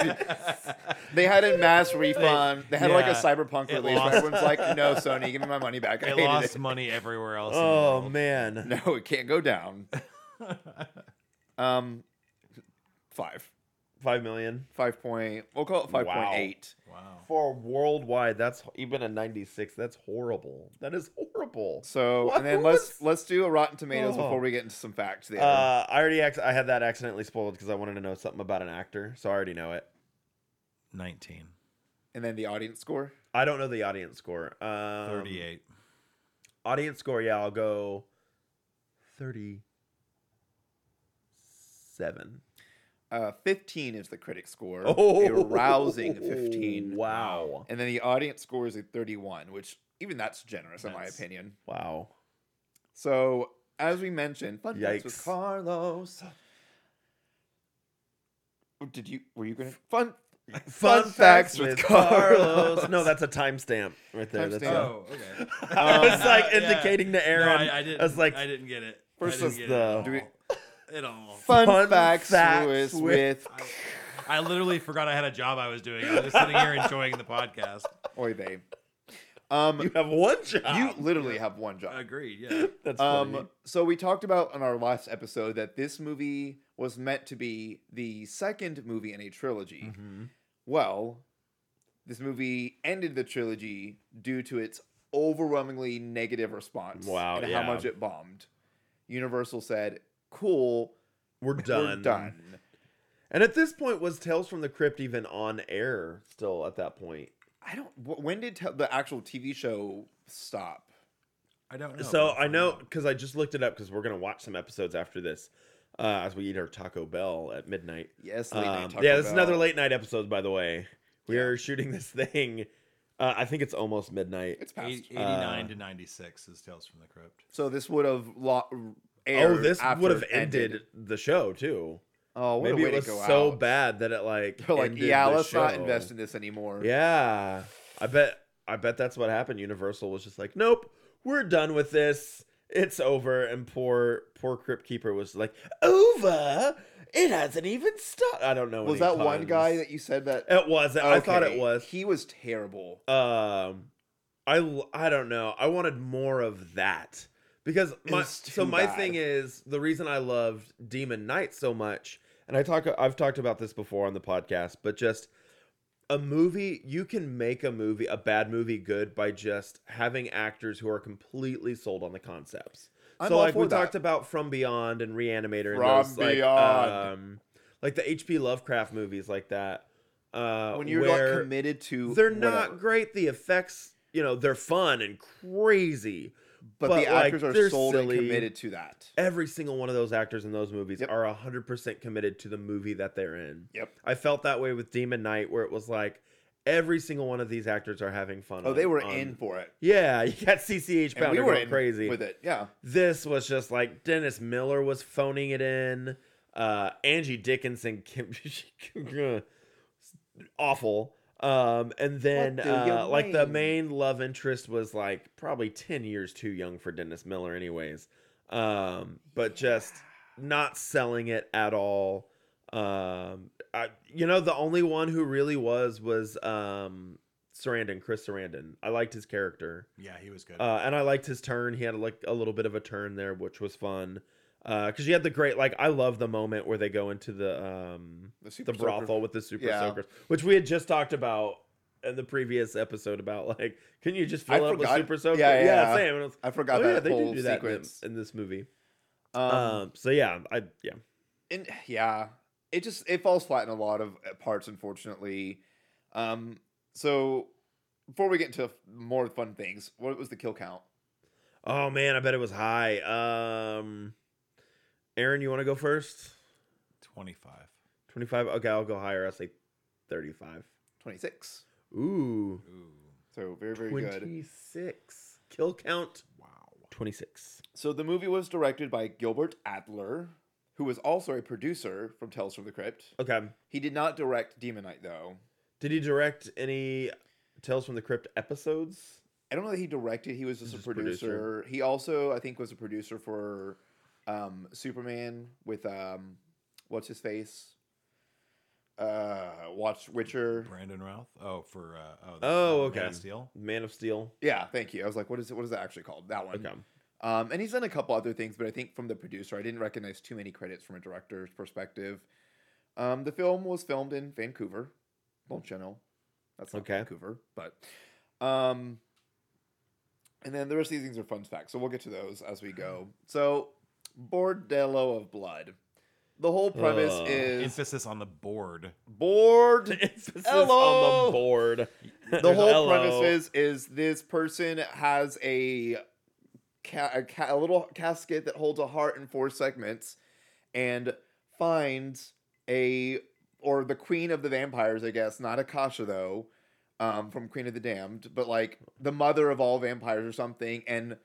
Speaker 2: They had a mass refund. They had like a
Speaker 4: yeah.
Speaker 2: cyberpunk
Speaker 4: It
Speaker 2: release.
Speaker 4: lost-
Speaker 2: Everyone's like, "No, Sony, give me my money back." I
Speaker 4: It
Speaker 2: hated
Speaker 4: lost
Speaker 2: it. [LAUGHS]
Speaker 4: money everywhere else. in the
Speaker 1: Oh
Speaker 4: world.
Speaker 1: man,
Speaker 2: No, it can't go down.
Speaker 4: [LAUGHS]
Speaker 2: um, five,
Speaker 1: five million
Speaker 2: five point. We'll call it five point eight.
Speaker 1: Wow.
Speaker 4: Wow.
Speaker 1: for worldwide. That's even a ninety-six. That's horrible. That is horrible.
Speaker 2: So
Speaker 1: What
Speaker 2: and then
Speaker 1: was-
Speaker 2: let's let's do a Rotten Tomatoes
Speaker 1: Oh.
Speaker 2: before we get into some facts. There.
Speaker 1: Uh, I already ac- I had that accidentally spoiled because I wanted to know something about an actor, so I already know it.
Speaker 4: Nineteen.
Speaker 2: and then the audience score.
Speaker 1: I don't know the audience score. Um,
Speaker 4: Thirty-eight.
Speaker 1: Audience score, yeah, I'll go thirty-seven.
Speaker 2: Uh, fifteen is the critic score.
Speaker 1: Oh, [LAUGHS]
Speaker 2: a rousing fifteen.
Speaker 1: Wow,
Speaker 2: And then the audience score is a thirty-one, which even that's generous in my
Speaker 4: That's-
Speaker 2: opinion.
Speaker 1: wow.
Speaker 2: So as we mentioned, fun facts
Speaker 1: Yikes.
Speaker 2: with Carlos. Oh, Did you were you gonna fun
Speaker 1: Fun, facts, with, Carlos.
Speaker 2: Carlos.
Speaker 1: No, that's a timestamp right there. That's
Speaker 2: Timestamp.
Speaker 1: a-
Speaker 2: Oh,
Speaker 4: okay.
Speaker 1: [LAUGHS] I was like
Speaker 4: Uh, [LAUGHS] yeah.
Speaker 1: indicating to Aaron.
Speaker 4: No, I, I didn't.
Speaker 1: I was like,
Speaker 4: I didn't get it. I
Speaker 1: Versus
Speaker 4: didn't get
Speaker 1: the-
Speaker 4: it
Speaker 1: do
Speaker 4: at
Speaker 1: we-
Speaker 4: all. It all.
Speaker 2: fun,
Speaker 1: Fun
Speaker 2: facts,
Speaker 1: facts
Speaker 2: with,
Speaker 1: with-
Speaker 2: with
Speaker 4: I literally forgot I had a job I was doing. I was just sitting here enjoying the podcast.
Speaker 2: Oy vey.
Speaker 1: [LAUGHS]
Speaker 2: Um,
Speaker 1: you
Speaker 2: you,
Speaker 1: have one job.
Speaker 2: literally have one job.
Speaker 4: Agreed. Yeah.
Speaker 1: that's funny.
Speaker 2: Um, so we talked about on our last episode that this movie was meant to be the second movie in a trilogy.
Speaker 1: Mm-hmm.
Speaker 2: Well, this movie ended the trilogy due to its overwhelmingly negative response
Speaker 1: Wow,
Speaker 2: and
Speaker 1: yeah.
Speaker 2: how much it bombed. Universal said, "Cool,
Speaker 1: We're done.
Speaker 2: we're done."
Speaker 1: And at this point, was Tales from the Crypt even on air? Still at that point.
Speaker 2: I don't. wh- When did te- the actual TV show stop?
Speaker 4: I don't know.
Speaker 1: so
Speaker 4: We'll
Speaker 1: I
Speaker 4: find
Speaker 1: know
Speaker 4: out.
Speaker 1: because I just looked it up because we're gonna watch some episodes after this uh, as we eat our Taco Bell at midnight.
Speaker 2: Yes, late night
Speaker 1: Um,
Speaker 2: Taco
Speaker 1: yeah, this is another
Speaker 2: Bell.
Speaker 1: late night episode, by the way. We are shooting this [LAUGHS] thing. Uh, I think it's almost midnight.
Speaker 2: It's past.
Speaker 4: Eight-
Speaker 1: uh,
Speaker 4: 89 to 96 is Tales from the Crypt.
Speaker 2: So this would have lo-
Speaker 1: Oh,
Speaker 2: aired
Speaker 1: this
Speaker 2: after
Speaker 1: would have
Speaker 2: it
Speaker 1: ended, the show too.
Speaker 2: Oh, what
Speaker 1: Maybe
Speaker 2: a way
Speaker 1: it was
Speaker 2: to go
Speaker 1: so
Speaker 2: out.
Speaker 1: bad that it like
Speaker 2: They're like,
Speaker 1: ended
Speaker 2: yeah,
Speaker 1: the
Speaker 2: let's not
Speaker 1: show."
Speaker 2: invest in this anymore.
Speaker 1: Yeah, I bet. I bet that's what happened. Universal was just like, nope, we're done with this. It's over. And poor, poor Crypt Keeper was like, over. It hasn't even started. I don't know. any
Speaker 2: Was that one
Speaker 1: puns.
Speaker 2: guy that you said that?
Speaker 1: It wasn't. I thought it
Speaker 2: Okay,
Speaker 1: was.
Speaker 2: He was terrible.
Speaker 1: Um, I l- I don't know. I wanted more of that because my
Speaker 2: was
Speaker 1: so
Speaker 2: too
Speaker 1: my
Speaker 2: bad.
Speaker 1: thing is the reason I loved Demon Knight so much, and I talk I've talked about this before on the podcast, but just a movie you can make a movie a bad movie good by just having actors who are completely sold on the concepts.
Speaker 2: I'm
Speaker 1: so
Speaker 2: all
Speaker 1: like we
Speaker 2: for that.
Speaker 1: talked about From Beyond and Reanimator and
Speaker 2: From
Speaker 1: those, like,
Speaker 2: Beyond.
Speaker 1: um, like the H.P. Lovecraft movies like that. Uh,
Speaker 2: When you're not
Speaker 1: where-
Speaker 2: committed to,
Speaker 1: they're not
Speaker 2: whatever.
Speaker 1: great. The effects, you know, they're fun and crazy.
Speaker 2: But,
Speaker 1: but,
Speaker 2: the
Speaker 1: like,
Speaker 2: actors
Speaker 1: they're
Speaker 2: are sold
Speaker 1: silly.
Speaker 2: and committed to that.
Speaker 1: Every single one of those actors in those movies
Speaker 2: Yep.
Speaker 1: are are 100% committed to the movie that they're in.
Speaker 2: Yep.
Speaker 1: I felt that way with Demon Knight, where it was like every single one of these actors are having fun.
Speaker 2: Oh,
Speaker 1: on-
Speaker 2: they were
Speaker 1: on-
Speaker 2: in for it,
Speaker 1: Yeah, [LAUGHS] you got CCH
Speaker 2: and
Speaker 1: Pounder
Speaker 2: we were
Speaker 1: going
Speaker 2: in
Speaker 1: crazy.
Speaker 2: with it. Yeah,
Speaker 1: This was just like Dennis Miller was phoning it in. Uh, Angie Dickinson, [LAUGHS] Kim, awful. Um, and then
Speaker 2: What do you
Speaker 1: uh, like the
Speaker 2: mean?
Speaker 1: main love interest was like probably ten years too young for Dennis Miller, anyways. Um, but just not selling it at all. Um, I, you know, the only one who really was was um, Sarandon, Chris Sarandon. I liked his character.
Speaker 4: Yeah, he was good.
Speaker 1: Uh, and I liked his turn. He had like a little bit of a turn there, which was fun. because you had the great like I love the moment where they go into the um
Speaker 2: The
Speaker 1: the,
Speaker 2: super soaker.
Speaker 1: brothel with the super
Speaker 2: Yeah.
Speaker 1: soakers, which we had just talked about in the previous episode about like can you just fill
Speaker 2: I
Speaker 1: up
Speaker 2: forgot-
Speaker 1: with super soakers?
Speaker 2: yeah, yeah.
Speaker 1: same. And I was-
Speaker 2: I forgot
Speaker 1: oh,
Speaker 2: that
Speaker 1: yeah, they
Speaker 2: whole
Speaker 1: do do that in,
Speaker 2: sequence.
Speaker 1: the- in this movie.
Speaker 2: Um,
Speaker 1: um, so yeah, I yeah.
Speaker 2: and yeah, it just it falls flat in a lot of uh, parts, unfortunately. Um, so before we get into f- more fun things, what was the kill count?
Speaker 1: Oh man, I bet it was high. Um, Aaron, you want to go first?
Speaker 4: 25.
Speaker 1: Twenty five. Okay, I'll go higher. I'll say thirty five.
Speaker 2: Twenty six.
Speaker 1: Ooh,
Speaker 2: So very very good.
Speaker 1: twenty six. Kill count. Wow. Twenty six.
Speaker 2: So the movie was directed by Gilbert Adler, who was also a producer from Tales from the Crypt.
Speaker 1: Okay.
Speaker 2: He did not direct Demonite though.
Speaker 1: Did he direct any Tales from the Crypt episodes?
Speaker 2: I don't know that he directed. He was just,
Speaker 1: Just
Speaker 2: a producer.
Speaker 1: producer.
Speaker 2: He also, I think, was a producer for um, Superman with um, what's his face? Uh, Watch Witcher.
Speaker 4: Brandon Routh. Oh, for uh, oh, the-
Speaker 1: Oh,
Speaker 4: uh, Man
Speaker 1: okay.
Speaker 4: of Steel.
Speaker 1: Man of Steel.
Speaker 2: Yeah, thank you. I was like, what is it? What is that actually called? That one.
Speaker 1: Okay.
Speaker 2: Um, and he's done a couple other things, but I think from the producer, I didn't recognize too many credits from a director's perspective. Um, the film was filmed in Vancouver, Montreal. That's not
Speaker 1: Okay.
Speaker 2: Vancouver, but um, and then the rest of these things are fun facts, so we'll get to those as we go. So, Bordello of Blood. The whole premise
Speaker 1: Ugh.
Speaker 2: is
Speaker 4: Emphasis on the board.
Speaker 2: board
Speaker 1: [LAUGHS] Emphasis on
Speaker 2: Hello!
Speaker 1: the board.
Speaker 2: the
Speaker 1: [LAUGHS] There's
Speaker 2: whole
Speaker 1: hello.
Speaker 2: premise is is this person has a ca- a, ca- a little casket that holds a heart in four segments and finds a or the queen of the vampires i guess not akasha though um, from queen of the damned but like the mother of all vampires or something and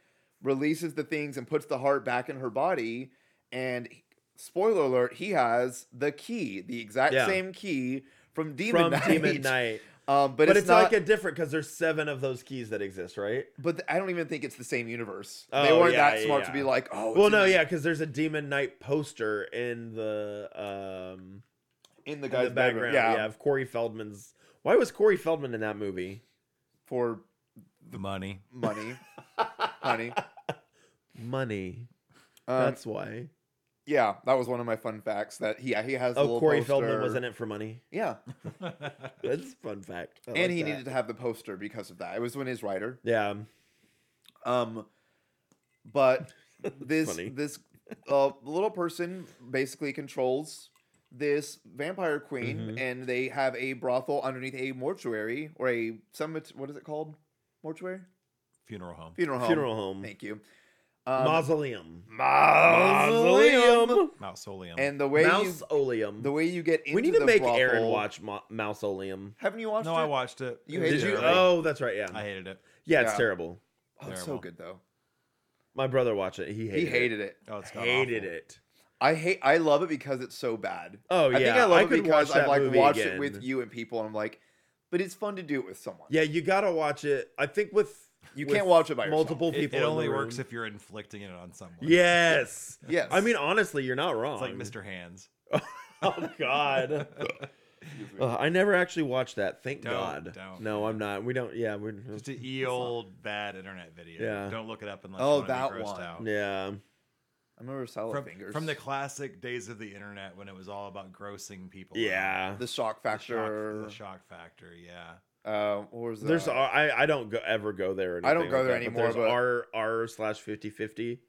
Speaker 2: releases the things and puts the heart back in her body and spoiler alert he has the key the exact
Speaker 1: Yeah.
Speaker 2: same key from demon
Speaker 1: from
Speaker 2: knight,
Speaker 1: Demon Knight.
Speaker 2: [LAUGHS] Um,
Speaker 1: But,
Speaker 2: but, it's,
Speaker 1: it's,
Speaker 2: not
Speaker 1: like a different because there's seven of those keys that exist, right?
Speaker 2: but th- I don't even think it's the same universe. they
Speaker 1: Oh,
Speaker 2: weren't
Speaker 1: yeah,
Speaker 2: that
Speaker 1: yeah,
Speaker 2: smart to
Speaker 1: yeah.
Speaker 2: be like, oh, it's
Speaker 1: well,
Speaker 2: in
Speaker 1: no,
Speaker 2: the-
Speaker 1: yeah, because there's a Demon Knight poster in the um
Speaker 2: in the
Speaker 1: in
Speaker 2: guy's
Speaker 1: the
Speaker 2: bedroom,
Speaker 1: background.
Speaker 2: yeah,
Speaker 1: yeah, of Corey Feldman's. Why was Corey Feldman in that movie?
Speaker 2: for
Speaker 4: The money.
Speaker 1: [LAUGHS]
Speaker 2: money, honey.
Speaker 1: Money.
Speaker 2: Um,
Speaker 1: That's why.
Speaker 2: yeah, that was one of my fun facts that he he has. a
Speaker 1: Oh,
Speaker 2: little
Speaker 1: Corey
Speaker 2: poster.
Speaker 1: Feldman was in it for money.
Speaker 2: Yeah,
Speaker 1: That's a fun fact. I like
Speaker 2: and he
Speaker 1: that.
Speaker 2: needed to have the poster because of that. It was when his writer.
Speaker 1: Yeah.
Speaker 2: Um,
Speaker 1: [LAUGHS]
Speaker 2: but this
Speaker 1: funny.
Speaker 2: this uh, little person basically controls this vampire queen,
Speaker 1: Mhm.
Speaker 2: and they have a brothel underneath a mortuary or a cemetery. What is it called? Mortuary,
Speaker 4: Funeral home.
Speaker 2: funeral home.
Speaker 1: Funeral home.
Speaker 2: Thank you. Um,
Speaker 1: Mausoleum.
Speaker 2: mausoleum.
Speaker 4: Mausoleum.
Speaker 2: And the way you,
Speaker 1: Mausoleum.
Speaker 2: the way you get into
Speaker 1: we need to
Speaker 2: the
Speaker 1: make
Speaker 2: brothel,
Speaker 1: Aaron watch Ma- Mausoleum.
Speaker 2: Haven't you watched
Speaker 4: no,
Speaker 2: it?
Speaker 4: I watched it.
Speaker 2: You
Speaker 4: It was
Speaker 2: hated
Speaker 1: Did you?
Speaker 4: terrible.
Speaker 1: Oh, that's right. Yeah.
Speaker 4: I hated it.
Speaker 1: yeah, it's
Speaker 2: Yeah.
Speaker 1: terrible.
Speaker 2: Oh, it's so
Speaker 4: Terrible.
Speaker 2: good though.
Speaker 1: My brother watched it. He hated
Speaker 2: He
Speaker 1: it.
Speaker 2: hated it.
Speaker 4: Oh, it's god
Speaker 1: hated
Speaker 4: awful.
Speaker 1: it.
Speaker 2: I hate. I love it because it's so bad.
Speaker 1: Oh yeah.
Speaker 2: I think I love
Speaker 1: could
Speaker 2: it because
Speaker 1: watch that
Speaker 2: I've like
Speaker 1: movie
Speaker 2: watched
Speaker 1: again.
Speaker 2: it with you and people, and I'm like, but it's fun to do it with someone.
Speaker 1: Yeah, you gotta watch it. I think with
Speaker 2: You
Speaker 1: with
Speaker 2: can't watch it by yourself.
Speaker 1: multiple
Speaker 4: It- It,
Speaker 1: people. in the
Speaker 4: only works
Speaker 1: room.
Speaker 4: if you're inflicting it on someone.
Speaker 1: Yes.
Speaker 2: Yes.
Speaker 1: I mean, honestly, you're not wrong.
Speaker 4: It's like Mr. Hands.
Speaker 1: [LAUGHS] Oh God. Ugh, I never actually watched that. Thank
Speaker 4: Don't,
Speaker 1: God.
Speaker 4: don't.
Speaker 1: No, I'm not. We don't. Yeah, we're.
Speaker 4: Just an e old bad internet video.
Speaker 1: Yeah.
Speaker 4: Don't look it up unless
Speaker 2: Oh,
Speaker 4: you want
Speaker 2: that
Speaker 4: to be grossed
Speaker 2: one.
Speaker 4: out.
Speaker 1: Yeah.
Speaker 2: I remember Salad
Speaker 4: From,
Speaker 2: Fingers
Speaker 4: from the classic days of the internet when it was all about grossing people. out.
Speaker 1: Yeah.
Speaker 2: the shock
Speaker 4: The shock,
Speaker 2: factor.
Speaker 4: the shock factor, yeah.
Speaker 2: Uh, what was that?
Speaker 1: There's our- I I don't go, ever go there. Or
Speaker 2: I don't
Speaker 1: anything
Speaker 2: go
Speaker 1: like
Speaker 2: there
Speaker 1: that,
Speaker 2: anymore,
Speaker 1: But
Speaker 2: but-
Speaker 1: there's r r slash fifty fifty.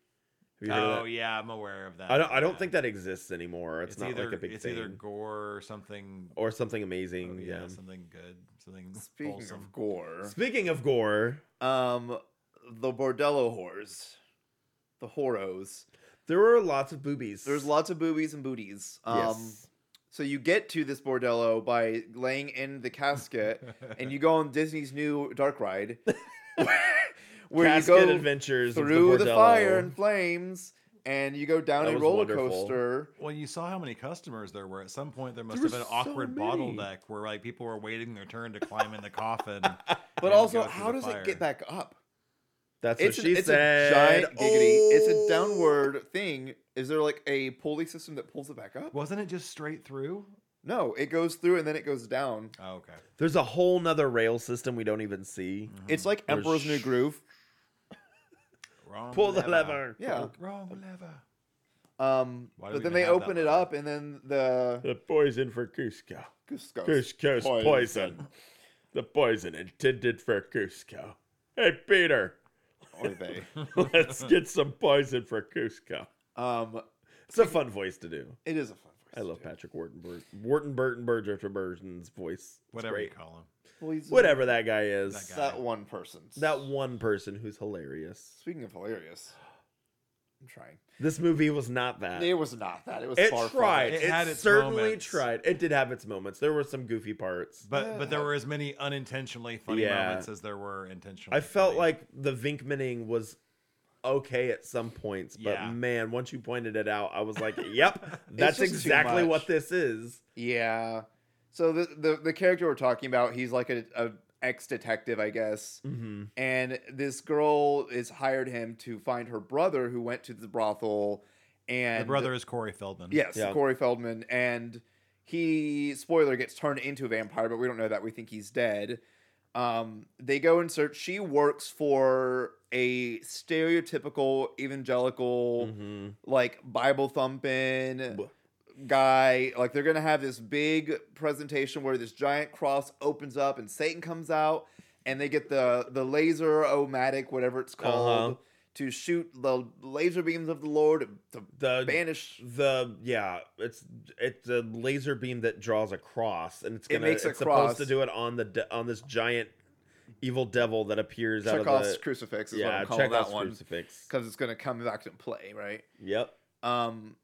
Speaker 1: Have you heard of
Speaker 4: Oh
Speaker 1: that?
Speaker 4: yeah, I'm aware of that.
Speaker 1: I don't I don't
Speaker 4: yeah.
Speaker 1: think that exists anymore. It's,
Speaker 4: it's,
Speaker 1: not
Speaker 4: either
Speaker 1: like a big
Speaker 4: it's
Speaker 1: thing
Speaker 4: either gore or something.
Speaker 1: or something
Speaker 4: oh,
Speaker 1: amazing.
Speaker 4: yeah,
Speaker 1: yeah.
Speaker 4: something good, something
Speaker 2: speaking
Speaker 4: wholesome.
Speaker 2: of gore.
Speaker 1: Speaking of gore,
Speaker 2: Um, the bordello whores, the horos.
Speaker 1: there were lots of boobies.
Speaker 2: There's lots of boobies and booties. Um,
Speaker 1: Yes.
Speaker 2: So you get to this bordello by laying in the [LAUGHS] casket, and you go on Disney's new dark ride, [LAUGHS] where
Speaker 1: Casket
Speaker 2: you go
Speaker 1: adventures of
Speaker 2: through the,
Speaker 1: Bordello.
Speaker 2: fire and flames, and you go down
Speaker 1: That
Speaker 2: a
Speaker 1: was
Speaker 2: roller
Speaker 1: wonderful.
Speaker 2: coaster.
Speaker 4: Well, you saw how many customers there were. At some point, there must
Speaker 1: There
Speaker 4: have been an
Speaker 1: were so
Speaker 4: awkward
Speaker 1: many.
Speaker 4: bottleneck where like people were waiting their turn to climb in
Speaker 1: [LAUGHS]
Speaker 4: the coffin.
Speaker 2: But also, how does it get back up?
Speaker 1: That's
Speaker 2: It's,
Speaker 1: what
Speaker 2: an,
Speaker 1: she
Speaker 2: it's
Speaker 1: said.
Speaker 2: a giant giggity. It's a
Speaker 1: Oh.
Speaker 2: [LAUGHS] downward thing. Is there like a pulley system that pulls it back up?
Speaker 4: Wasn't it just straight through?
Speaker 2: No, it goes through and then it goes down.
Speaker 4: Oh, okay.
Speaker 1: There's a whole nother rail system we don't even see.
Speaker 2: It's like
Speaker 1: There's
Speaker 2: Emperor's New
Speaker 1: sh-
Speaker 2: Groove.
Speaker 4: Wrong.
Speaker 1: Pull the lever.
Speaker 2: Yeah.
Speaker 4: Wrong lever.
Speaker 2: Um,
Speaker 4: Why
Speaker 2: but
Speaker 4: do we
Speaker 2: then
Speaker 4: even
Speaker 2: they
Speaker 4: have that
Speaker 2: open it
Speaker 4: line?
Speaker 2: up, and then the
Speaker 1: The poison for Cusco.
Speaker 2: Cusco's
Speaker 1: Cusco's poison. The poison intended for Cusco. Hey, Peter,
Speaker 2: [LAUGHS] Or they.
Speaker 1: let's get some poison for Cusco.
Speaker 2: Um,
Speaker 1: It's a fun voice to do.
Speaker 2: it is a fun voice.
Speaker 1: I
Speaker 2: to
Speaker 1: love
Speaker 2: do.
Speaker 1: Patrick Wharton, Bur- Wharton Burton Berger to Burton's voice. It's
Speaker 4: whatever
Speaker 1: great.
Speaker 4: you call him.
Speaker 2: Well, he's
Speaker 1: Whatever that guy is. That,
Speaker 4: That guy.
Speaker 2: that one person.
Speaker 1: one person who's hilarious.
Speaker 2: Speaking of hilarious, I'm trying.
Speaker 1: This movie was not that.
Speaker 2: It was not that. It was
Speaker 1: It
Speaker 2: far from
Speaker 1: tried.
Speaker 4: It
Speaker 1: It,
Speaker 4: had its
Speaker 1: certainly
Speaker 4: moments.
Speaker 1: tried. It did have its moments. There were some goofy parts.
Speaker 4: But but there were as many unintentionally funny
Speaker 1: Yeah.
Speaker 4: moments as there were intentionally.
Speaker 1: I felt
Speaker 4: funny.
Speaker 1: like the Vinkmaning was okay at some points, but
Speaker 4: Yeah.
Speaker 1: man, once you pointed it out, I was
Speaker 4: [LAUGHS]
Speaker 1: like, "Yep, that's
Speaker 2: just too
Speaker 1: exactly
Speaker 2: much.
Speaker 1: what this is."
Speaker 2: Yeah. So the the, the character we're talking about, he's like a, a ex detective, I guess,
Speaker 1: Mm-hmm.
Speaker 2: and this girl is hired him to find her brother who went to the brothel, and
Speaker 4: the brother is Corey Feldman.
Speaker 2: yes,
Speaker 1: Yeah.
Speaker 2: Corey Feldman, and he spoiler gets turned into a vampire, but we don't know that. We think he's dead. Um, they go and search. She works for a stereotypical evangelical
Speaker 1: Mm-hmm.
Speaker 2: like Bible thumping
Speaker 1: Buh.
Speaker 2: guy. Like they're gonna have this big presentation where this giant cross opens up and Satan comes out, and they get the the laser omatic, whatever it's called,
Speaker 1: Uh-huh.
Speaker 2: to shoot the laser beams of the Lord to
Speaker 1: The
Speaker 2: banish.
Speaker 1: the yeah, it's it's a laser beam that draws a cross, and it's
Speaker 2: It
Speaker 1: gonna
Speaker 2: makes a
Speaker 1: it's supposed to
Speaker 2: cross.
Speaker 1: do it on the de- on this giant evil devil that appears out of
Speaker 2: Chekhov's
Speaker 1: the
Speaker 2: crucifix is what
Speaker 1: yeah
Speaker 2: I'm calling that
Speaker 1: Chekhov's
Speaker 2: one
Speaker 1: crucifix.
Speaker 2: because it's gonna come back to play, right?
Speaker 1: Yep.
Speaker 2: Um,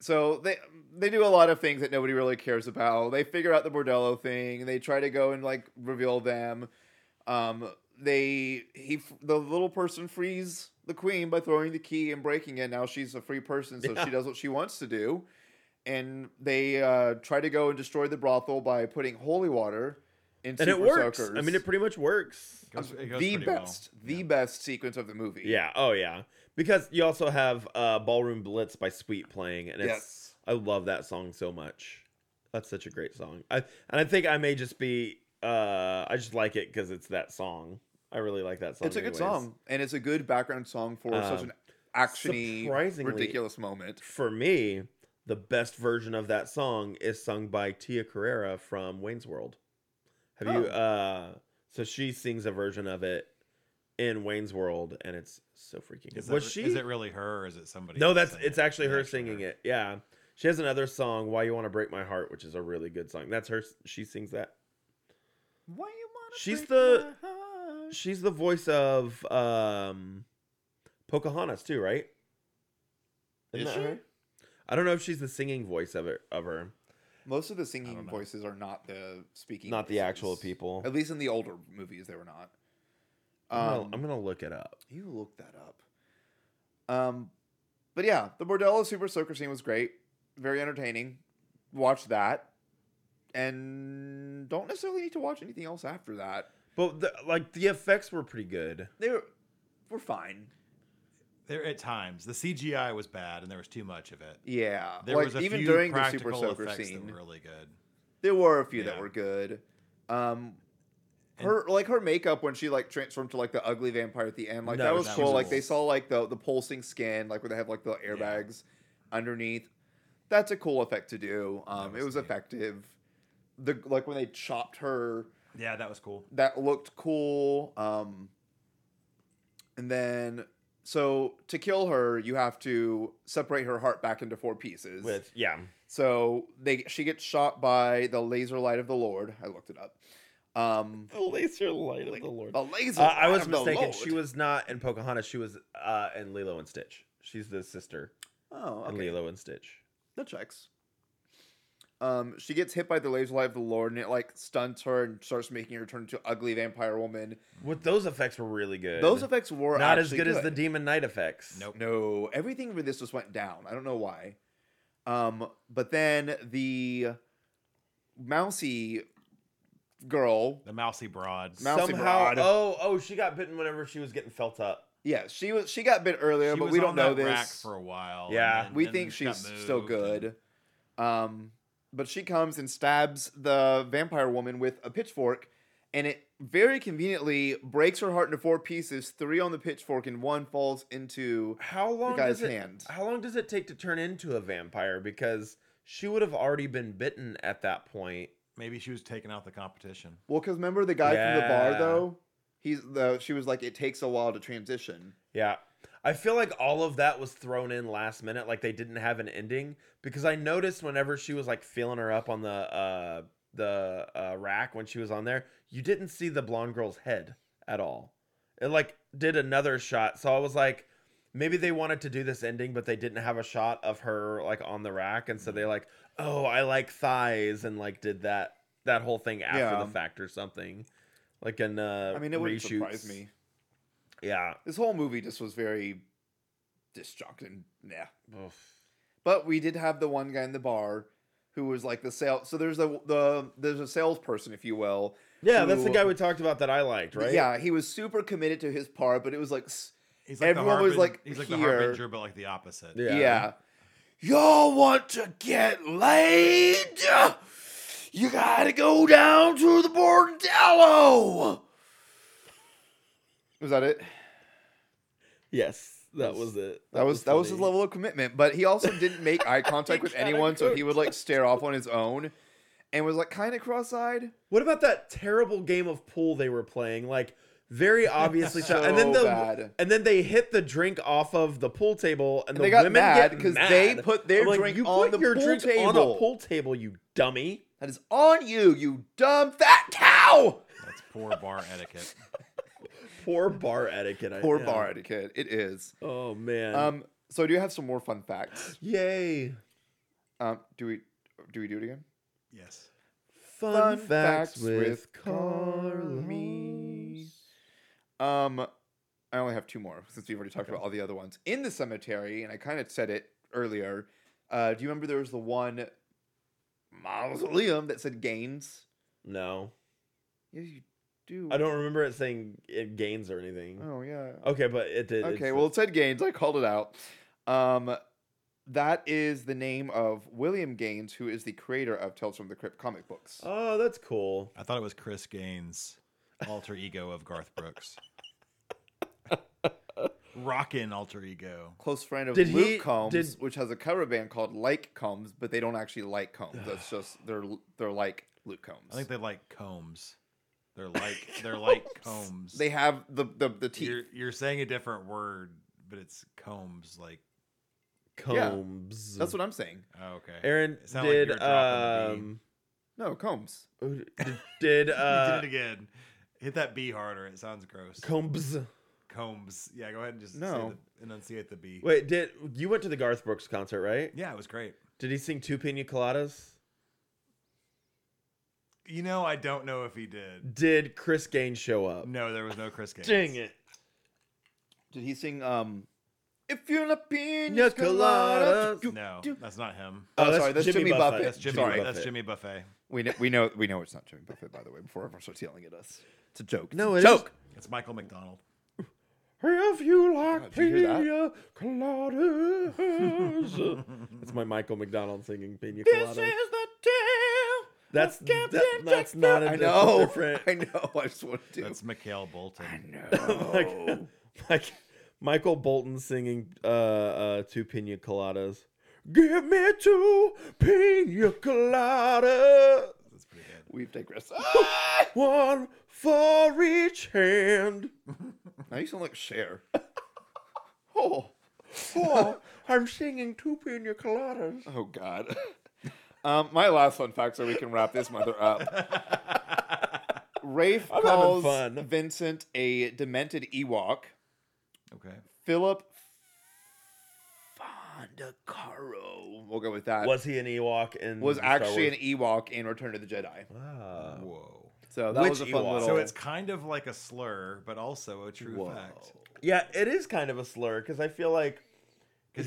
Speaker 2: so they they do a lot of things that nobody really cares about. They figure out the bordello thing. They try to go and like reveal them. Um, they he the little person frees the queen by throwing the key and breaking it. Now she's a free person, so she does what she wants to do. And they uh, try to go and destroy the brothel by putting holy water into
Speaker 1: and it works. I mean, it pretty much works.
Speaker 4: It goes- it goes
Speaker 2: the
Speaker 4: pretty well.
Speaker 2: best, the best sequence of the movie.
Speaker 1: Yeah. Oh yeah. Because you also have uh, "Ballroom Blitz" by Sweet playing, and it's
Speaker 2: Yes.
Speaker 1: I love that song so much. That's such a great song. I and I think I may just be uh, I just like it because it's that song. I really like that song.
Speaker 2: It's a good
Speaker 1: anyways.
Speaker 2: song, and it's a good background song for such
Speaker 1: Um,
Speaker 2: an actiony,
Speaker 1: surprisingly-
Speaker 2: ridiculous moment.
Speaker 1: For me, the best version of that song is sung by Tia Carrera from Wayne's World. Have you?
Speaker 2: Oh.
Speaker 1: uh So she sings a version of it in Wayne's World, and it's so freaking. Good.
Speaker 4: Is, that,
Speaker 1: Was
Speaker 4: re-
Speaker 1: she?
Speaker 4: is it really her or is it somebody?
Speaker 1: No,
Speaker 4: else
Speaker 1: that's
Speaker 4: singing
Speaker 1: it's
Speaker 4: it?
Speaker 1: actually
Speaker 4: Is
Speaker 1: her singing
Speaker 4: her?
Speaker 1: it. Yeah, she has another song, "Why You Want to Break My Heart," which is a really good song. That's her. She sings that.
Speaker 2: Why you wanna
Speaker 1: She's
Speaker 2: break
Speaker 1: the-
Speaker 2: my heart?
Speaker 1: She's the voice of um, Pocahontas too, right?
Speaker 2: Is
Speaker 1: that
Speaker 2: she?
Speaker 1: her? I don't know if she's the singing voice of it of her,
Speaker 2: Most of the
Speaker 4: don't
Speaker 2: singing
Speaker 4: know.
Speaker 2: voices are not the speaking.
Speaker 1: not the
Speaker 2: voices.
Speaker 1: actual people.
Speaker 2: At least in the older movies, they were not.
Speaker 1: I'm
Speaker 2: Um,
Speaker 1: gonna- I'm gonna look it up.
Speaker 2: You look that up. Um, but yeah, the Bordello Super Soaker scene was great, very entertaining. Watch that, and don't necessarily need to watch anything else after that.
Speaker 1: But the, like the effects were pretty good.
Speaker 2: They were, were fine.
Speaker 4: There at times the CGI was bad and there was too much of it.
Speaker 2: Yeah,
Speaker 4: There
Speaker 2: like
Speaker 4: was a
Speaker 2: even
Speaker 4: few
Speaker 2: during the Super
Speaker 4: practical
Speaker 2: Soaker
Speaker 4: effects
Speaker 2: scene,
Speaker 4: that were really good.
Speaker 2: there were a few that
Speaker 4: Yeah.
Speaker 2: were good. Um,
Speaker 4: And-
Speaker 2: her like her makeup when she like transformed to like the ugly vampire at the end, like
Speaker 1: No,
Speaker 2: that was
Speaker 4: that
Speaker 2: cool.
Speaker 4: was
Speaker 2: Like they
Speaker 4: cool.
Speaker 2: saw like the the pulsing skin, like where they have like the airbags underneath. That's a cool effect to do. Um,
Speaker 4: was
Speaker 2: it was
Speaker 4: neat.
Speaker 2: effective. The like when they chopped her,
Speaker 4: Yeah, that was cool.
Speaker 2: that looked cool. Um, and then so to kill her, you have to separate her heart back into four pieces.
Speaker 1: With yeah,
Speaker 2: So they she gets shot by the laser light of the Lord. I looked it up. Um,
Speaker 1: the laser light of the Lord.
Speaker 2: the laser.
Speaker 1: Uh, I
Speaker 2: light
Speaker 1: was
Speaker 2: of the
Speaker 1: mistaken.
Speaker 2: Lord.
Speaker 1: She was not in Pocahontas. She was uh, in Lilo and Stitch. She's the sister
Speaker 2: Oh,
Speaker 1: in
Speaker 2: okay.
Speaker 1: Lilo and Stitch.
Speaker 2: That checks. Um, she gets hit by the laser light of the Lord, and it like stuns her and starts making her turn into an ugly vampire woman.
Speaker 1: What those effects were really good.
Speaker 2: Those effects were
Speaker 1: not as
Speaker 2: actually
Speaker 1: good, as the Demon Knight effects.
Speaker 4: Nope.
Speaker 2: No, everything with this just went down. I don't know why. Um, but then the mousy girl.
Speaker 4: The mousy broad.
Speaker 2: Mouse- Mousy
Speaker 1: Somehow,
Speaker 2: broad.
Speaker 1: oh, oh, she got bitten whenever she was getting felt up.
Speaker 2: Yeah, she was. She got bit earlier,
Speaker 4: She
Speaker 2: but
Speaker 4: was
Speaker 2: we don't
Speaker 4: on
Speaker 2: know
Speaker 4: that
Speaker 2: this.
Speaker 4: rack for a while. and
Speaker 1: Yeah.
Speaker 4: then-
Speaker 2: we
Speaker 4: then
Speaker 2: think
Speaker 4: she got
Speaker 2: she's still
Speaker 4: moved and-
Speaker 2: good. Um, but she comes and stabs the vampire woman with a pitchfork, and it very conveniently breaks her heart into four pieces, three on the pitchfork, and one falls into
Speaker 1: How long
Speaker 2: guy's
Speaker 1: does it,
Speaker 2: hand.
Speaker 1: How long does it take to turn into a vampire? Because she would have already been bitten at that point.
Speaker 4: Maybe she was taking out the competition.
Speaker 2: Well, because remember the guy from the
Speaker 1: Yeah.
Speaker 2: bar though, he's the she was like it takes a while to transition.
Speaker 1: Yeah. I feel like all of that was thrown in last minute, like they didn't have an ending. Because I noticed whenever she was like feeling her up on the uh the uh rack when she was on there, you didn't see the blonde girl's head at all. It like did another shot. So I was like, maybe they wanted to do this ending, but they didn't have a shot of her like on the rack, and so they like, oh, I like thighs, and like did that that whole thing after
Speaker 2: Yeah.
Speaker 1: the fact or something. Like in uh
Speaker 2: I mean, it wouldn't surprise
Speaker 1: reshoots.
Speaker 2: me.
Speaker 1: Yeah.
Speaker 2: This whole movie just was very destructive. Yeah,
Speaker 1: Oof.
Speaker 2: but we did have the one guy in the bar who was like the sale. So there's the the there's a salesperson, if you will.
Speaker 1: Yeah, that's the
Speaker 2: who-
Speaker 1: guy we talked about that I liked, right?
Speaker 2: Yeah, he was super committed to his part, but it was like, s-
Speaker 4: He's
Speaker 2: Everyone was, like,
Speaker 4: he's like the
Speaker 2: here.
Speaker 4: harbinger, but like the opposite.
Speaker 1: Yeah.
Speaker 2: yeah. Y'all want to get laid? You gotta go down to the bordello. Was that it?
Speaker 1: Yes, that was it.
Speaker 2: That was that was his level of commitment, but he also didn't
Speaker 1: [LAUGHS]
Speaker 2: make eye contact with anyone, so he would like stare off on his own, and was like kind of cross-eyed.
Speaker 1: What about that terrible game of pool they were playing? Like
Speaker 2: [LAUGHS]
Speaker 1: very obviously shot, and then
Speaker 2: So
Speaker 1: the
Speaker 2: bad.
Speaker 1: and then they hit the drink off of the pool table, and,
Speaker 2: And
Speaker 1: the
Speaker 2: they got
Speaker 1: women
Speaker 2: mad
Speaker 1: get
Speaker 2: 'cause they
Speaker 1: mad.
Speaker 2: put their
Speaker 1: I'm like,
Speaker 2: drink
Speaker 1: you
Speaker 2: on
Speaker 1: put
Speaker 2: the
Speaker 1: your
Speaker 2: pool
Speaker 1: drink on the
Speaker 2: table."
Speaker 1: pool table, you dummy.
Speaker 2: That is on you, you dumb fat cow.
Speaker 4: That's poor bar
Speaker 2: [LAUGHS]
Speaker 4: etiquette.
Speaker 1: Poor bar etiquette. I-
Speaker 2: Poor
Speaker 1: yeah.
Speaker 2: bar etiquette. It is.
Speaker 1: Oh man.
Speaker 2: Um. So I do have some more fun facts.
Speaker 1: Yay.
Speaker 2: Um. Do we do we do it again?
Speaker 4: yes.
Speaker 1: Fun, facts, with Carlos.
Speaker 2: Um, I only have two more since we've already talked about all the other ones in the cemetery, and I kind of said it earlier. Uh, do you remember there was the one mausoleum that said Gaines?
Speaker 1: No,
Speaker 2: Yeah, you do.
Speaker 1: I don't remember it saying it gains or anything.
Speaker 2: Oh yeah.
Speaker 1: Okay, but it did. it
Speaker 2: Okay,
Speaker 1: said-
Speaker 2: well it said Gaines. I called it out. Um, that is the name of William Gaines, who is the creator of Tales from the Crypt comic books.
Speaker 1: Oh, that's cool.
Speaker 4: I thought it was Chris Gaines, alter ego of Garth Brooks. Rockin' alter ego.
Speaker 2: close friend of
Speaker 1: Did
Speaker 2: Luke
Speaker 1: he-
Speaker 2: Combs,
Speaker 1: did-
Speaker 2: which has a cover band called Like Combs, but they don't actually like Combs. That's just they're they're like Luke Combs.
Speaker 4: I think they like combs. They're like they're
Speaker 2: [LAUGHS]
Speaker 4: like combs.
Speaker 2: they have the the, the teeth.
Speaker 4: you're, you're saying a different word, but it's combs. Like
Speaker 2: Yeah.
Speaker 1: Combs.
Speaker 2: That's what I'm saying.
Speaker 4: oh, okay.
Speaker 1: Aaron
Speaker 4: It sounded like
Speaker 1: did.
Speaker 4: you were dropping the
Speaker 1: um,
Speaker 2: No, Combs.
Speaker 1: who d-
Speaker 2: [LAUGHS]
Speaker 1: did
Speaker 4: you
Speaker 1: uh,
Speaker 4: did it again. Hit that B harder. It sounds gross.
Speaker 1: Combs?
Speaker 4: combs. Yeah, go ahead and just say
Speaker 2: No.
Speaker 4: the, enunciate the B.
Speaker 1: Wait, did you went to the Garth Brooks concert, right?
Speaker 4: Yeah, it was great.
Speaker 1: Did he sing two pina coladas?
Speaker 4: You know, I don't know if he did.
Speaker 1: Did Chris Gaines show up?
Speaker 4: No, there was no Chris Gaines.
Speaker 1: Dang it!
Speaker 2: Did he sing um if you're a pina
Speaker 1: Pina
Speaker 2: colada?
Speaker 1: coladas.
Speaker 2: do-
Speaker 4: No,
Speaker 2: do-
Speaker 4: that's not him.
Speaker 2: Oh, sorry, that's Jimmy Buffett.
Speaker 4: That's Jimmy.
Speaker 2: Sorry.
Speaker 4: that's Jimmy Buffet.
Speaker 2: We know, we know we know it's not Jimmy Buffett by the way. Before everyone starts yelling at us, it's a joke.
Speaker 1: No,
Speaker 2: it's
Speaker 1: it
Speaker 2: a joke.
Speaker 4: It's Michael McDonald.
Speaker 1: If you like
Speaker 2: did you hear that?
Speaker 1: pina
Speaker 2: [LAUGHS]
Speaker 1: coladas, that's my Michael McDonald singing pina coladas.
Speaker 2: the tale.
Speaker 1: That's that- that's not a
Speaker 2: I
Speaker 1: that's
Speaker 2: know.
Speaker 1: different.
Speaker 2: I know. I just want to.
Speaker 4: That's Mikhail Bolton.
Speaker 1: [LAUGHS]
Speaker 2: Oh.
Speaker 1: Like, like Michael Bolton singing uh, uh, two pina coladas. Give me two pina coladas,
Speaker 4: That's pretty good.
Speaker 1: [LAUGHS]
Speaker 2: We've digressed. Ah!
Speaker 1: one for each hand.
Speaker 2: now you sound like Cher. [LAUGHS] oh.
Speaker 1: Oh, I'm singing two pina coladas.
Speaker 2: Oh God. um, my last fun fact, so we can wrap this mother
Speaker 1: [LAUGHS]
Speaker 2: up. Rafe
Speaker 1: I'm having
Speaker 2: calls
Speaker 1: fun.
Speaker 2: Vincent a demented Ewok.
Speaker 4: Okay.
Speaker 2: Philip Fondacaro. We'll go with that. Was,
Speaker 1: Was he an Ewok? In Star
Speaker 2: actually an
Speaker 1: Wars? Ah.
Speaker 2: Ewok in Return of the Jedi.
Speaker 1: Wow.
Speaker 4: Whoa.
Speaker 2: So that
Speaker 1: Which
Speaker 2: was a fun
Speaker 1: Ewok?
Speaker 2: little.
Speaker 4: So it's kind of like a slur, but also a true fact.
Speaker 1: Yeah, it is kind of a slur because I feel like
Speaker 4: Because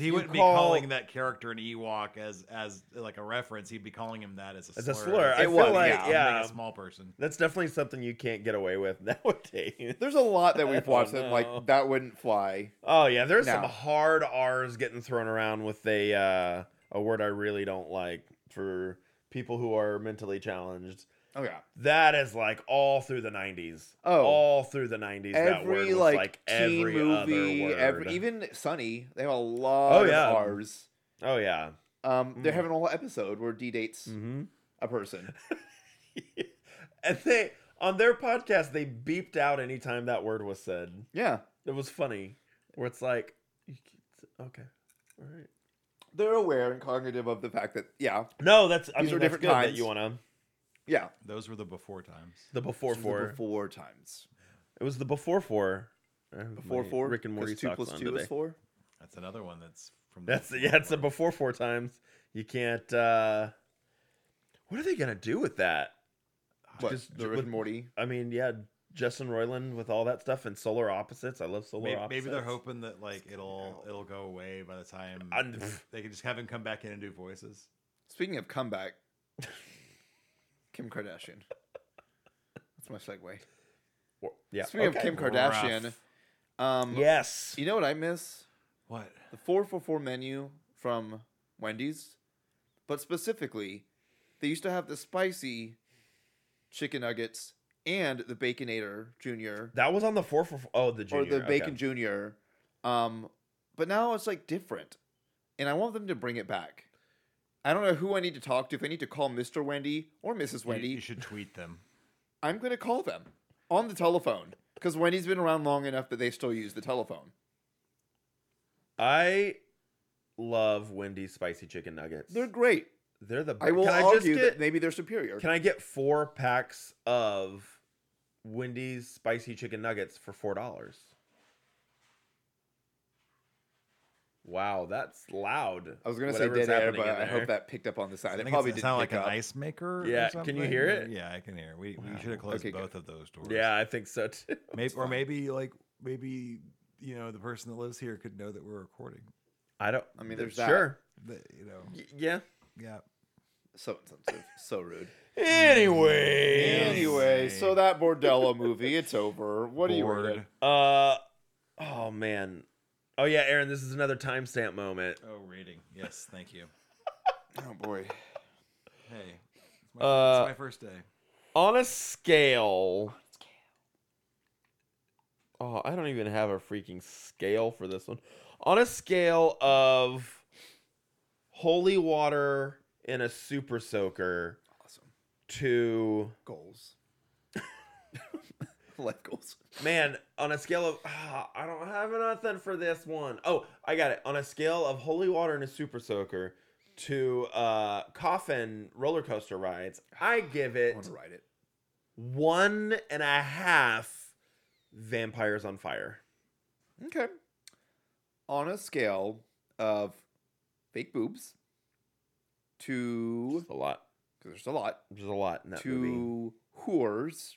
Speaker 1: if
Speaker 4: he
Speaker 1: you
Speaker 4: wouldn't
Speaker 1: call-
Speaker 4: be calling that character an Ewok as as like a reference. He'd be calling him that as a
Speaker 1: As
Speaker 4: slur.
Speaker 1: a slur, I
Speaker 2: It
Speaker 1: feel
Speaker 2: was,
Speaker 1: like
Speaker 2: yeah.
Speaker 1: yeah,
Speaker 4: Like a small person.
Speaker 1: that's definitely something you can't get away with [LAUGHS] nowadays.
Speaker 2: There's a
Speaker 1: [LAUGHS]
Speaker 2: lot that we've
Speaker 1: Oh,
Speaker 2: watched that
Speaker 1: no.
Speaker 2: like that wouldn't fly.
Speaker 1: Oh yeah, there's some
Speaker 2: No.
Speaker 1: hard R's getting thrown around with a uh, a word I really don't like for people who are mentally challenged.
Speaker 2: Oh yeah.
Speaker 1: That is like all through the '90s.
Speaker 2: Oh.
Speaker 1: all through the '90s. that word
Speaker 2: Every
Speaker 1: was
Speaker 2: like,
Speaker 1: like,
Speaker 2: teen
Speaker 1: every other
Speaker 2: movie,
Speaker 1: word.
Speaker 2: every even Sunny, they have a lot
Speaker 1: Oh, yeah. Mm.
Speaker 2: of R's.
Speaker 1: oh yeah.
Speaker 2: Um, they're having a whole episode where D dates
Speaker 1: Mm-hmm.
Speaker 2: a person.
Speaker 1: and they on their podcast they beeped out anytime that word was said.
Speaker 2: Yeah,
Speaker 1: It was funny. Where it's like, you can't- okay, all right.
Speaker 2: they're aware and cognitive of the fact that yeah,
Speaker 1: No, that's I
Speaker 2: These
Speaker 1: mean
Speaker 2: are
Speaker 1: that's
Speaker 2: different
Speaker 1: good that
Speaker 2: kinds.
Speaker 1: you wanna
Speaker 2: yeah.
Speaker 4: Those were the before times.
Speaker 1: the before
Speaker 2: This was the
Speaker 1: four.
Speaker 2: before times.
Speaker 1: It was the before four. Uh,
Speaker 2: Before
Speaker 1: my
Speaker 2: four.
Speaker 1: Rick and
Speaker 2: 'cause
Speaker 1: Morty
Speaker 2: Two
Speaker 1: socks
Speaker 2: plus
Speaker 1: on
Speaker 2: two
Speaker 1: today.
Speaker 2: is four.
Speaker 4: That's another one that's from. the
Speaker 1: That's
Speaker 4: before
Speaker 1: yeah, it's the
Speaker 4: times.
Speaker 1: before four times. You can't. uh What are they gonna do with that?
Speaker 2: What?
Speaker 1: Just-
Speaker 2: the Rick
Speaker 1: with-
Speaker 2: and Morty.
Speaker 1: I mean, yeah, Justin Roiland with all that stuff and Solar Opposites. I love Solar
Speaker 4: Maybe,
Speaker 1: Opposites.
Speaker 4: maybe they're hoping that like it'll it'll go away by the time
Speaker 1: And- pff.
Speaker 4: they can just have him come back in and do voices.
Speaker 2: Speaking of comeback, Kim Kardashian. That's my segue.
Speaker 1: Or- Yeah.
Speaker 2: Speaking
Speaker 1: okay.
Speaker 2: of Kim Kardashian,
Speaker 4: Rough.
Speaker 2: um,
Speaker 1: Yes.
Speaker 2: you know what I miss?
Speaker 4: What?
Speaker 2: The 444 menu from Wendy's, but specifically, they used to have the spicy chicken nuggets and the Baconator Junior
Speaker 1: That was on the four for oh the
Speaker 2: or
Speaker 1: junior.
Speaker 2: the
Speaker 1: okay.
Speaker 2: Bacon Junior. Um, but now it's like different, and I want them to bring it back. I don't know who I need to talk to. If I need to call Mr. Wendy or Mrs.
Speaker 4: You-
Speaker 2: Wendy,
Speaker 4: you should tweet them.
Speaker 2: I'm going to call them on the telephone because Wendy's been around long enough that they still use the telephone.
Speaker 1: I love Wendy's spicy chicken nuggets.
Speaker 2: They're great.
Speaker 1: They're the.
Speaker 2: I will
Speaker 1: can I just
Speaker 2: argue
Speaker 1: get,
Speaker 2: that maybe they're superior.
Speaker 1: Can I get four packs of Wendy's spicy chicken nuggets for four dollars? Wow, that's loud.
Speaker 2: I was going to say
Speaker 1: Whatever's
Speaker 2: dead air,
Speaker 1: happening
Speaker 2: but
Speaker 1: in
Speaker 2: I
Speaker 1: there.
Speaker 2: hope that picked up on the
Speaker 4: I
Speaker 2: side. It
Speaker 4: think
Speaker 2: probably
Speaker 4: it's,
Speaker 2: did
Speaker 4: it sound
Speaker 2: pick
Speaker 4: like
Speaker 2: up.
Speaker 4: an ice maker. or
Speaker 1: Yeah, can you
Speaker 4: something,
Speaker 1: hear
Speaker 4: or-
Speaker 1: it?
Speaker 4: Yeah, I can hear. it. We, we should have closed
Speaker 2: Okay, good.
Speaker 4: both of those doors.
Speaker 1: [LAUGHS] Yeah, I think so too. [LAUGHS]
Speaker 4: Maybe, or maybe like maybe you know the person that lives here could know that we're recording.
Speaker 1: I don't.
Speaker 2: I mean, there's that.
Speaker 1: sure.
Speaker 4: That, you know,
Speaker 1: Y- yeah.
Speaker 4: yeah.
Speaker 2: So insensitive,
Speaker 1: [LAUGHS]
Speaker 2: so rude.
Speaker 1: Anyway.
Speaker 2: Anyway, so that Bordello movie, it's over. What do you rate it?
Speaker 4: Bored.
Speaker 1: Uh. Oh man. Oh yeah, Aaron. This is another timestamp moment.
Speaker 4: Oh, rating. Yes, thank you.
Speaker 2: Oh boy,
Speaker 4: Hey, it's my,
Speaker 1: Uh,
Speaker 4: it's my first day.
Speaker 1: On a scale. Oh, I don't even have a freaking scale for this one. On a scale of holy water in a super soaker
Speaker 2: awesome
Speaker 1: to
Speaker 2: goals. Life goals.
Speaker 1: man, on a scale of ah, I don't have nothing for this one. Oh, I got it. On a scale of holy water in a super soaker to uh coffin roller coaster rides,
Speaker 2: [SIGHS]
Speaker 1: I give
Speaker 2: I want
Speaker 1: it
Speaker 2: to write it.
Speaker 1: one and a half vampires on fire.
Speaker 2: Okay. On a scale of fake boobs to
Speaker 1: It's a lot.
Speaker 2: because there's a lot
Speaker 1: There's a lot in that
Speaker 2: to
Speaker 1: movie.
Speaker 2: whores,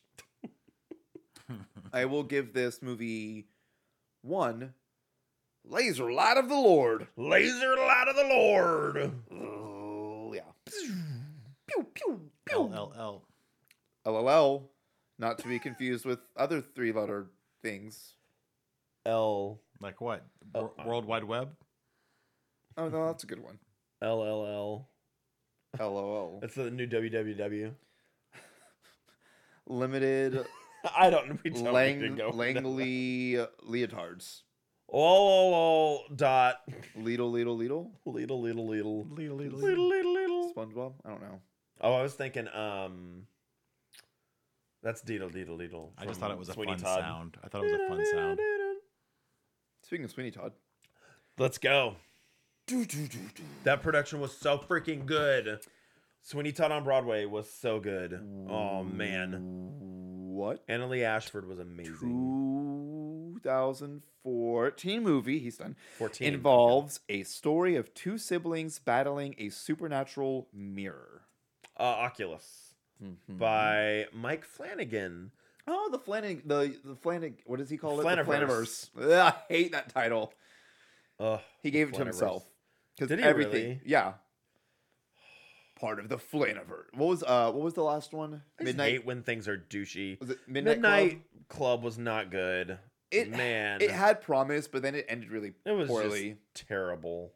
Speaker 2: I will give this movie one laser light of the Lord.
Speaker 1: Laser light of the Lord.
Speaker 2: Oh, yeah. Pew pew
Speaker 4: L
Speaker 2: pew.
Speaker 4: L L.
Speaker 2: LLL, not to be confused with other three-letter things.
Speaker 1: L
Speaker 4: Like what?
Speaker 2: uh,
Speaker 1: Oh,
Speaker 4: Wor- World Wide Web.
Speaker 2: Oh no, that's a good one.
Speaker 1: L L L.
Speaker 2: LOL.
Speaker 1: That's the new WWW.
Speaker 2: Limited
Speaker 1: [LAUGHS] I don't. We don't need to
Speaker 2: lang-
Speaker 1: go.
Speaker 2: Langley leotards.
Speaker 1: Lol dot
Speaker 2: Lidl, Lidl, Lidl?
Speaker 1: little little little
Speaker 4: Little, little,
Speaker 1: little little little.
Speaker 2: SpongeBob? I don't know.
Speaker 1: Oh, I was thinking. Um, that's deedle deedle deedle.
Speaker 4: I just
Speaker 1: from
Speaker 4: thought it was a
Speaker 1: Sweeney
Speaker 4: fun
Speaker 1: Todd.
Speaker 4: sound. I thought it was a fun
Speaker 1: [LAUGHS]
Speaker 4: sound.
Speaker 2: Speaking of Sweeney Todd.
Speaker 1: Let's go. That production was so freaking good. Sweeney Todd on Broadway was so good. Oh man,
Speaker 2: What?
Speaker 1: Anna Lee Ashford was amazing.
Speaker 2: 2014 movie, he's done,
Speaker 1: 14.
Speaker 2: involves a story of two siblings battling a supernatural mirror.
Speaker 1: Uh, Oculus Mm-hmm. by Mike Flanagan.
Speaker 2: Oh, the Flanagan, the, the Flanagan, what does he call it?
Speaker 1: Flaniverse.
Speaker 2: The Flaniverse. [LAUGHS] Ugh, I hate that title.
Speaker 1: Ugh,
Speaker 2: He gave it
Speaker 1: the
Speaker 2: to
Speaker 1: Flaniverse.
Speaker 2: himself. Because
Speaker 1: Did he
Speaker 2: everything,
Speaker 1: really?
Speaker 2: yeah. Part of the Flaniverse. What was uh? What was the last one?
Speaker 1: I just
Speaker 2: Midnight.
Speaker 1: hate when things are douchey.
Speaker 2: Was it Midnight?
Speaker 1: Midnight,
Speaker 2: Club?
Speaker 1: Club? was not good.
Speaker 2: It
Speaker 1: man,
Speaker 2: It had promise, but then it ended really
Speaker 1: It was
Speaker 2: poorly.
Speaker 1: just terrible.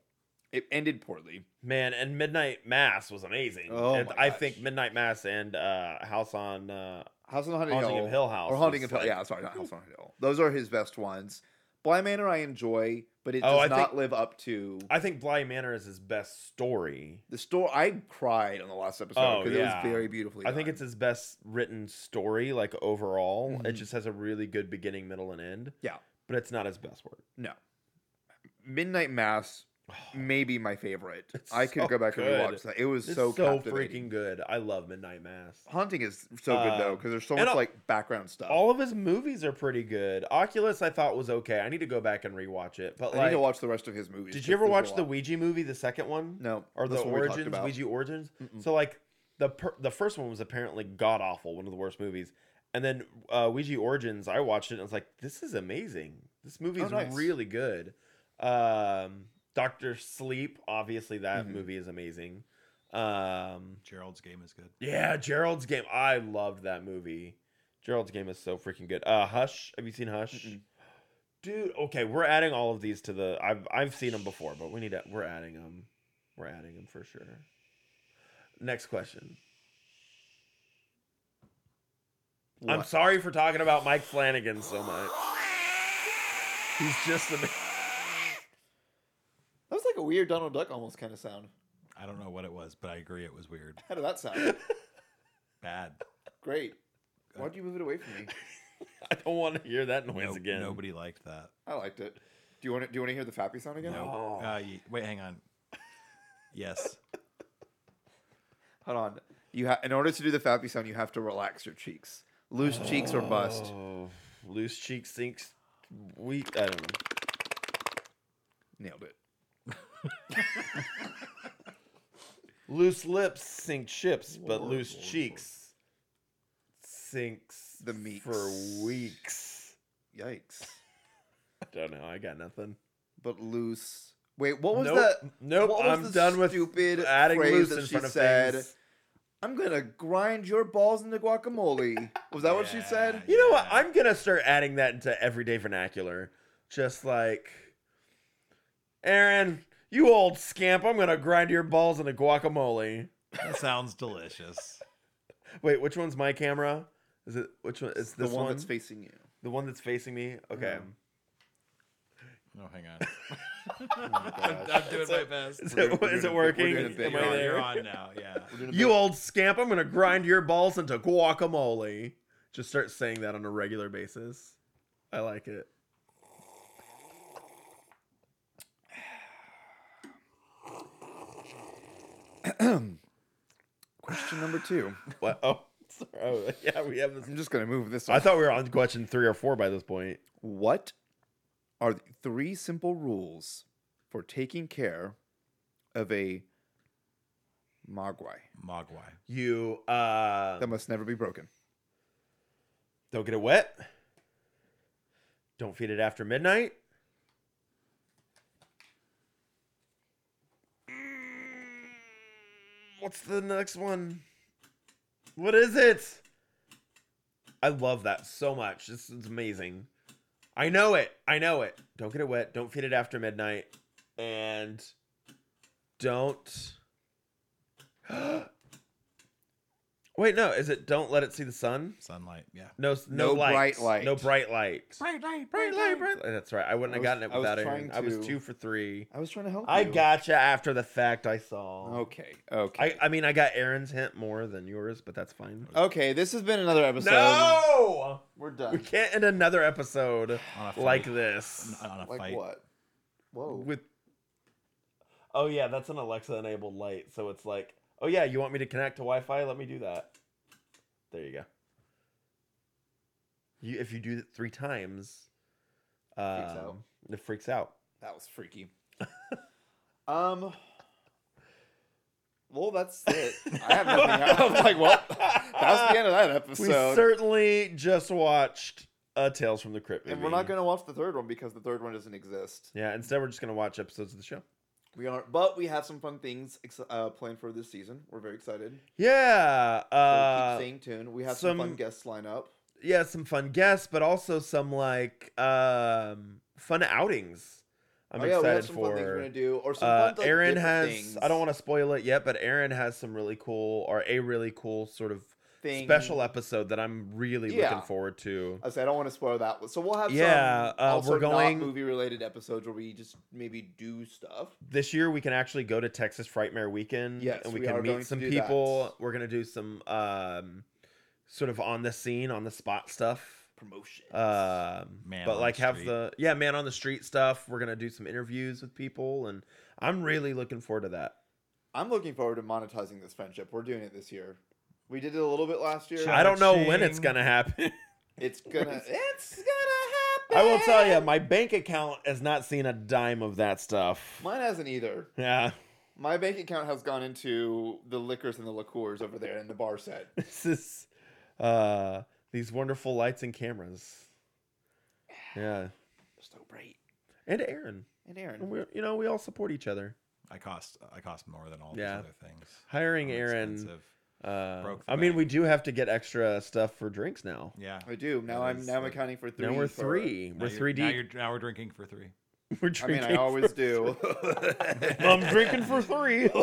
Speaker 2: It ended poorly.
Speaker 1: Man, and Midnight Mass was amazing.
Speaker 2: Oh
Speaker 1: and
Speaker 2: my
Speaker 1: I
Speaker 2: gosh.
Speaker 1: think Midnight Mass and uh, House on uh,
Speaker 2: House on Haunted
Speaker 1: Haunting
Speaker 2: Hill,
Speaker 1: of Hill House
Speaker 2: or Haunting
Speaker 1: was
Speaker 2: of Hill.
Speaker 1: like-
Speaker 2: yeah, sorry, not House on Haunted Hill. Those are his best ones. Blind Manor, I enjoy, but it
Speaker 1: Oh,
Speaker 2: does
Speaker 1: I
Speaker 2: not
Speaker 1: think-
Speaker 2: live up to
Speaker 1: I think Bly Manor is his best story.
Speaker 2: the story. I cried on the last episode
Speaker 1: Oh,
Speaker 2: because
Speaker 1: yeah.
Speaker 2: it was very beautifully.
Speaker 1: I think
Speaker 2: done.
Speaker 1: it's his best written story, like overall. It
Speaker 2: Mhm.
Speaker 1: just has a really good beginning, middle, and end.
Speaker 2: Yeah.
Speaker 1: But it's not his best work.
Speaker 2: no
Speaker 1: [SIGHS]
Speaker 2: Midnight Mass. Maybe my favorite. I could
Speaker 1: so
Speaker 2: go back
Speaker 1: good.
Speaker 2: and rewatch that. It was
Speaker 1: It's
Speaker 2: so
Speaker 1: so,
Speaker 2: captivating.
Speaker 1: freaking good. I love Midnight Mass.
Speaker 2: Haunting is so good though
Speaker 1: Uh,
Speaker 2: because there's so
Speaker 1: and
Speaker 2: much
Speaker 1: all-
Speaker 2: like background stuff.
Speaker 1: All of his movies are pretty good. Oculus, I thought was okay. I need to go back and rewatch it. But
Speaker 2: I
Speaker 1: like,
Speaker 2: need to watch the rest of his movies.
Speaker 1: did
Speaker 2: 'cause
Speaker 1: you ever
Speaker 2: there's a
Speaker 1: watch the
Speaker 2: lot.
Speaker 1: Ouija movie, the second one?
Speaker 2: No,
Speaker 1: or the
Speaker 2: that's what we talked
Speaker 1: origins
Speaker 2: about.
Speaker 1: Ouija origins.
Speaker 2: Mm-mm.
Speaker 1: So like the per- the first one was apparently god awful, one of the worst movies. And then uh, Ouija Origins, I watched it and I was like, this is amazing. This movie
Speaker 2: Oh,
Speaker 1: is
Speaker 2: nice.
Speaker 1: really good. Um, Doctor Sleep, obviously that
Speaker 2: Mhm.
Speaker 1: movie is amazing. Um,
Speaker 4: Gerald's game is good.
Speaker 1: yeah, Gerald's Game, I loved that movie. Gerald's Game is so freaking good. Uh, Hush, have you seen Hush?
Speaker 2: Mm-mm.
Speaker 1: Dude, okay, we're adding all of these to the. I've I've seen them before, but we need to. We're adding them. We're adding them for sure. Next question. I'm
Speaker 2: What?
Speaker 1: sorry for talking about Mike Flanagan so much. [LAUGHS] He's just the.
Speaker 2: That was like a weird Donald Duck almost kind of sound.
Speaker 4: I don't know what it was, but I agree it was weird.
Speaker 2: How did that sound?
Speaker 1: [LAUGHS]
Speaker 4: Bad.
Speaker 2: Great.
Speaker 1: Uh,
Speaker 2: Why'd you move it away from me?
Speaker 1: I don't want to hear that noise
Speaker 4: No-
Speaker 1: again.
Speaker 4: Nobody liked that.
Speaker 2: I liked it. Do you want to do you want to hear the fappy sound again?
Speaker 4: No.
Speaker 1: Oh.
Speaker 4: Uh, ye- wait, hang on. Yes.
Speaker 2: Hold on. You ha- in order to do the fappy sound, you have to relax your cheeks. Loose cheeks or bust.
Speaker 1: Oh, loose cheek sinks. We. I don't know.
Speaker 2: Nailed it.
Speaker 1: Loose lips sink ships, but loose cheeks sinks
Speaker 2: The meeks.
Speaker 1: for weeks.
Speaker 2: Yikes.
Speaker 1: I don't know. I got nothing.
Speaker 2: But loose. Wait, what was
Speaker 1: nope.
Speaker 2: that?
Speaker 1: Nope.
Speaker 2: what was
Speaker 1: I'm
Speaker 2: the
Speaker 1: done with
Speaker 2: stupid
Speaker 1: adding
Speaker 2: phrase
Speaker 1: loose
Speaker 2: that
Speaker 1: in
Speaker 2: she
Speaker 1: front of
Speaker 2: said?
Speaker 1: things.
Speaker 2: I'm gonna grind your balls into guacamole. Was that what she said?
Speaker 1: You know what? I'm gonna start adding that into everyday vernacular. Just like, Aaron, you old scamp, I'm gonna grind your balls into guacamole.
Speaker 4: That sounds delicious.
Speaker 1: Wait, which one's my camera? Is it which one? It's
Speaker 2: The
Speaker 1: this
Speaker 2: one, that's facing you.
Speaker 1: the one that's facing me. Okay.
Speaker 4: No, hang on.
Speaker 1: [LAUGHS] Oh
Speaker 2: Gosh.
Speaker 4: I'm doing my best.
Speaker 1: [LAUGHS] Is
Speaker 2: We're
Speaker 1: it,
Speaker 2: doing-
Speaker 1: is it
Speaker 2: we're doing
Speaker 1: working?
Speaker 2: a
Speaker 1: Am I
Speaker 2: big
Speaker 4: You're on,
Speaker 2: one.
Speaker 1: there?
Speaker 4: you're on now. Yeah.
Speaker 1: You old scamp, I'm gonna grind your balls into guacamole. Just start saying that on a regular basis. I like [LAUGHS] it.
Speaker 2: Question number
Speaker 1: [SIGHS]
Speaker 2: two.
Speaker 1: What? Oh, sorry. Oh, yeah, we have this.
Speaker 2: I'm just gonna move this.
Speaker 1: I thought we were on question three or four by this point.
Speaker 2: What are the three simple rules for taking care of a mogwai
Speaker 4: Mogwai.
Speaker 1: You uh,
Speaker 2: that must never be broken?
Speaker 1: don't get it wet. Don't feed it after midnight. Mm, What's the next one? What is it? I love that so much. This is amazing. I know it. I know it. Don't get it wet. Don't feed it after midnight. And don't. [GASPS] Wait, no. Is it don't let it see the sun?
Speaker 4: Sunlight. Yeah.
Speaker 1: No, s- no,
Speaker 2: No
Speaker 1: light.
Speaker 2: bright light.
Speaker 1: No bright light.
Speaker 4: Bright light.
Speaker 1: Bright light, bright light. That's right. I wouldn't
Speaker 2: I
Speaker 1: have
Speaker 2: was-
Speaker 1: gotten it
Speaker 2: I was
Speaker 1: without
Speaker 2: trying
Speaker 1: it. I was
Speaker 2: to-
Speaker 1: two for three.
Speaker 2: I was trying to help.
Speaker 1: I
Speaker 2: you.
Speaker 1: gotcha after the fact. I saw.
Speaker 2: Okay.
Speaker 1: I,
Speaker 2: Okay.
Speaker 1: I mean, I got Aaron's hint more than yours, but that's fine.
Speaker 2: okay. This has been another episode.
Speaker 1: No,
Speaker 2: we're
Speaker 1: we
Speaker 2: done.
Speaker 1: can't end another [SIGHS] episode
Speaker 4: On a fight.
Speaker 1: like this.
Speaker 4: On a
Speaker 2: Like
Speaker 4: fight.
Speaker 2: what? Whoa.
Speaker 1: With oh yeah, that's an Alexa-enabled light, so it's like, oh yeah, you want me to connect to Wi-Fi? Let me do that. There you go. You if you do it three times,
Speaker 2: Freaks out.
Speaker 1: um, it freaks out.
Speaker 2: that was freaky. um. Well, that's it. I have [LAUGHS] nothing. else. I'm like, well, that's the end of [LAUGHS] [LAUGHS] that
Speaker 1: We
Speaker 2: episode.
Speaker 1: certainly just watched a Tales from the Crypt movie,
Speaker 2: and we're not going to watch the third one because the third one doesn't exist.
Speaker 1: Yeah, instead we're just gonna watch episodes of the show.
Speaker 2: We are, but we have some fun things ex- uh, planned for this season. We're very excited.
Speaker 1: Yeah,
Speaker 2: So
Speaker 1: uh,
Speaker 2: keep staying tuned. We have some, fun
Speaker 1: some-
Speaker 2: guests line up.
Speaker 1: yeah, some fun guests, but also some like um, fun outings. I'm
Speaker 2: oh, yeah, we
Speaker 1: excited
Speaker 2: have some
Speaker 1: for.
Speaker 2: fun things we're gonna do, or some
Speaker 1: Uh,
Speaker 2: fun, like,
Speaker 1: Aaron
Speaker 2: different
Speaker 1: has.
Speaker 2: things.
Speaker 1: I don't want to spoil it yet, but Aaron has some really cool or a really cool sort of
Speaker 2: Thing.
Speaker 1: special episode that I'm really
Speaker 2: Yeah. Uh,
Speaker 1: looking forward to.
Speaker 2: I say I don't want to spoil that. one. So we'll have
Speaker 1: Yeah,
Speaker 2: some
Speaker 1: uh,
Speaker 2: also
Speaker 1: we're going-
Speaker 2: movie related episodes where we just maybe do stuff.
Speaker 1: This year we can actually go to Texas Frightmare Weekend.
Speaker 2: Yes,
Speaker 1: and we,
Speaker 2: we
Speaker 1: can
Speaker 2: are going
Speaker 1: meet
Speaker 2: to
Speaker 1: some
Speaker 2: do that.
Speaker 1: people. We're gonna do some um, sort of on the scene, on the spot stuff.
Speaker 2: Promotion. Uh,
Speaker 1: Um,
Speaker 4: Man on
Speaker 1: but
Speaker 4: the
Speaker 1: like have
Speaker 4: street.
Speaker 1: the yeah man on the street stuff. We're gonna do some interviews with people, and I'm really looking forward to that.
Speaker 2: I'm looking forward to monetizing this friendship. We're doing it this year. We did it a little bit last year.
Speaker 1: I don't know when it's
Speaker 4: Cha-ching.
Speaker 1: gonna happen. [LAUGHS]
Speaker 2: It's gonna. it's gonna happen.
Speaker 1: I will tell you, my bank account has not seen a dime of that stuff.
Speaker 2: Mine hasn't either.
Speaker 1: Yeah, [LAUGHS]
Speaker 2: My bank account has gone into the liquors and the liqueurs over there in the bar [LAUGHS] set.
Speaker 1: this is uh, these wonderful lights and cameras. Yeah,
Speaker 2: so bright.
Speaker 1: and Aaron, And
Speaker 2: And Aaron.
Speaker 1: we you know we all support each other.
Speaker 4: I cost I cost more than all
Speaker 1: Yeah.
Speaker 4: these other things.
Speaker 1: Hiring
Speaker 4: I'm
Speaker 1: Aaron,
Speaker 4: Oh, expensive.
Speaker 1: uh,
Speaker 4: Broke the
Speaker 1: I mean,
Speaker 4: bank.
Speaker 1: we do have to get extra stuff for drinks now.
Speaker 4: Yeah.
Speaker 2: I do. Now
Speaker 4: That
Speaker 2: I'm
Speaker 4: is
Speaker 2: now I'm
Speaker 4: like-
Speaker 2: accounting for three.
Speaker 1: now we're
Speaker 2: for-
Speaker 1: three.
Speaker 4: Now
Speaker 1: We're
Speaker 4: you're-
Speaker 1: three
Speaker 4: Now,
Speaker 1: deep.
Speaker 4: you're, now we're drinking for three.
Speaker 1: [LAUGHS] We're
Speaker 2: I mean, [LAUGHS]
Speaker 1: drinking.
Speaker 2: I always do.
Speaker 1: for- I'm drinking for three. [LAUGHS]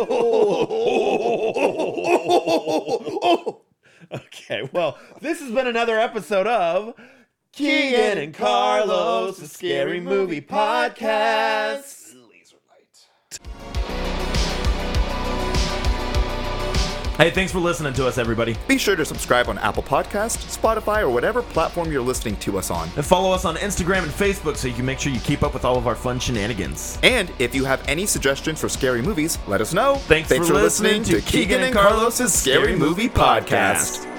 Speaker 1: okay, well, this has been another episode of Keegan and Carlos, the Scary Movie Podcast.
Speaker 2: Laser light.
Speaker 1: Hey, thanks for listening to us, everybody.
Speaker 2: [LAUGHS] Be sure to subscribe on Apple Podcasts, Spotify, or whatever platform you're listening to us on.
Speaker 1: And follow us on Instagram and Facebook so you can make sure you keep up with all of our fun shenanigans.
Speaker 2: And if you have any suggestions for scary movies, let us know.
Speaker 1: Thanks for listening to Keegan and Carlos's Scary Movie Podcast.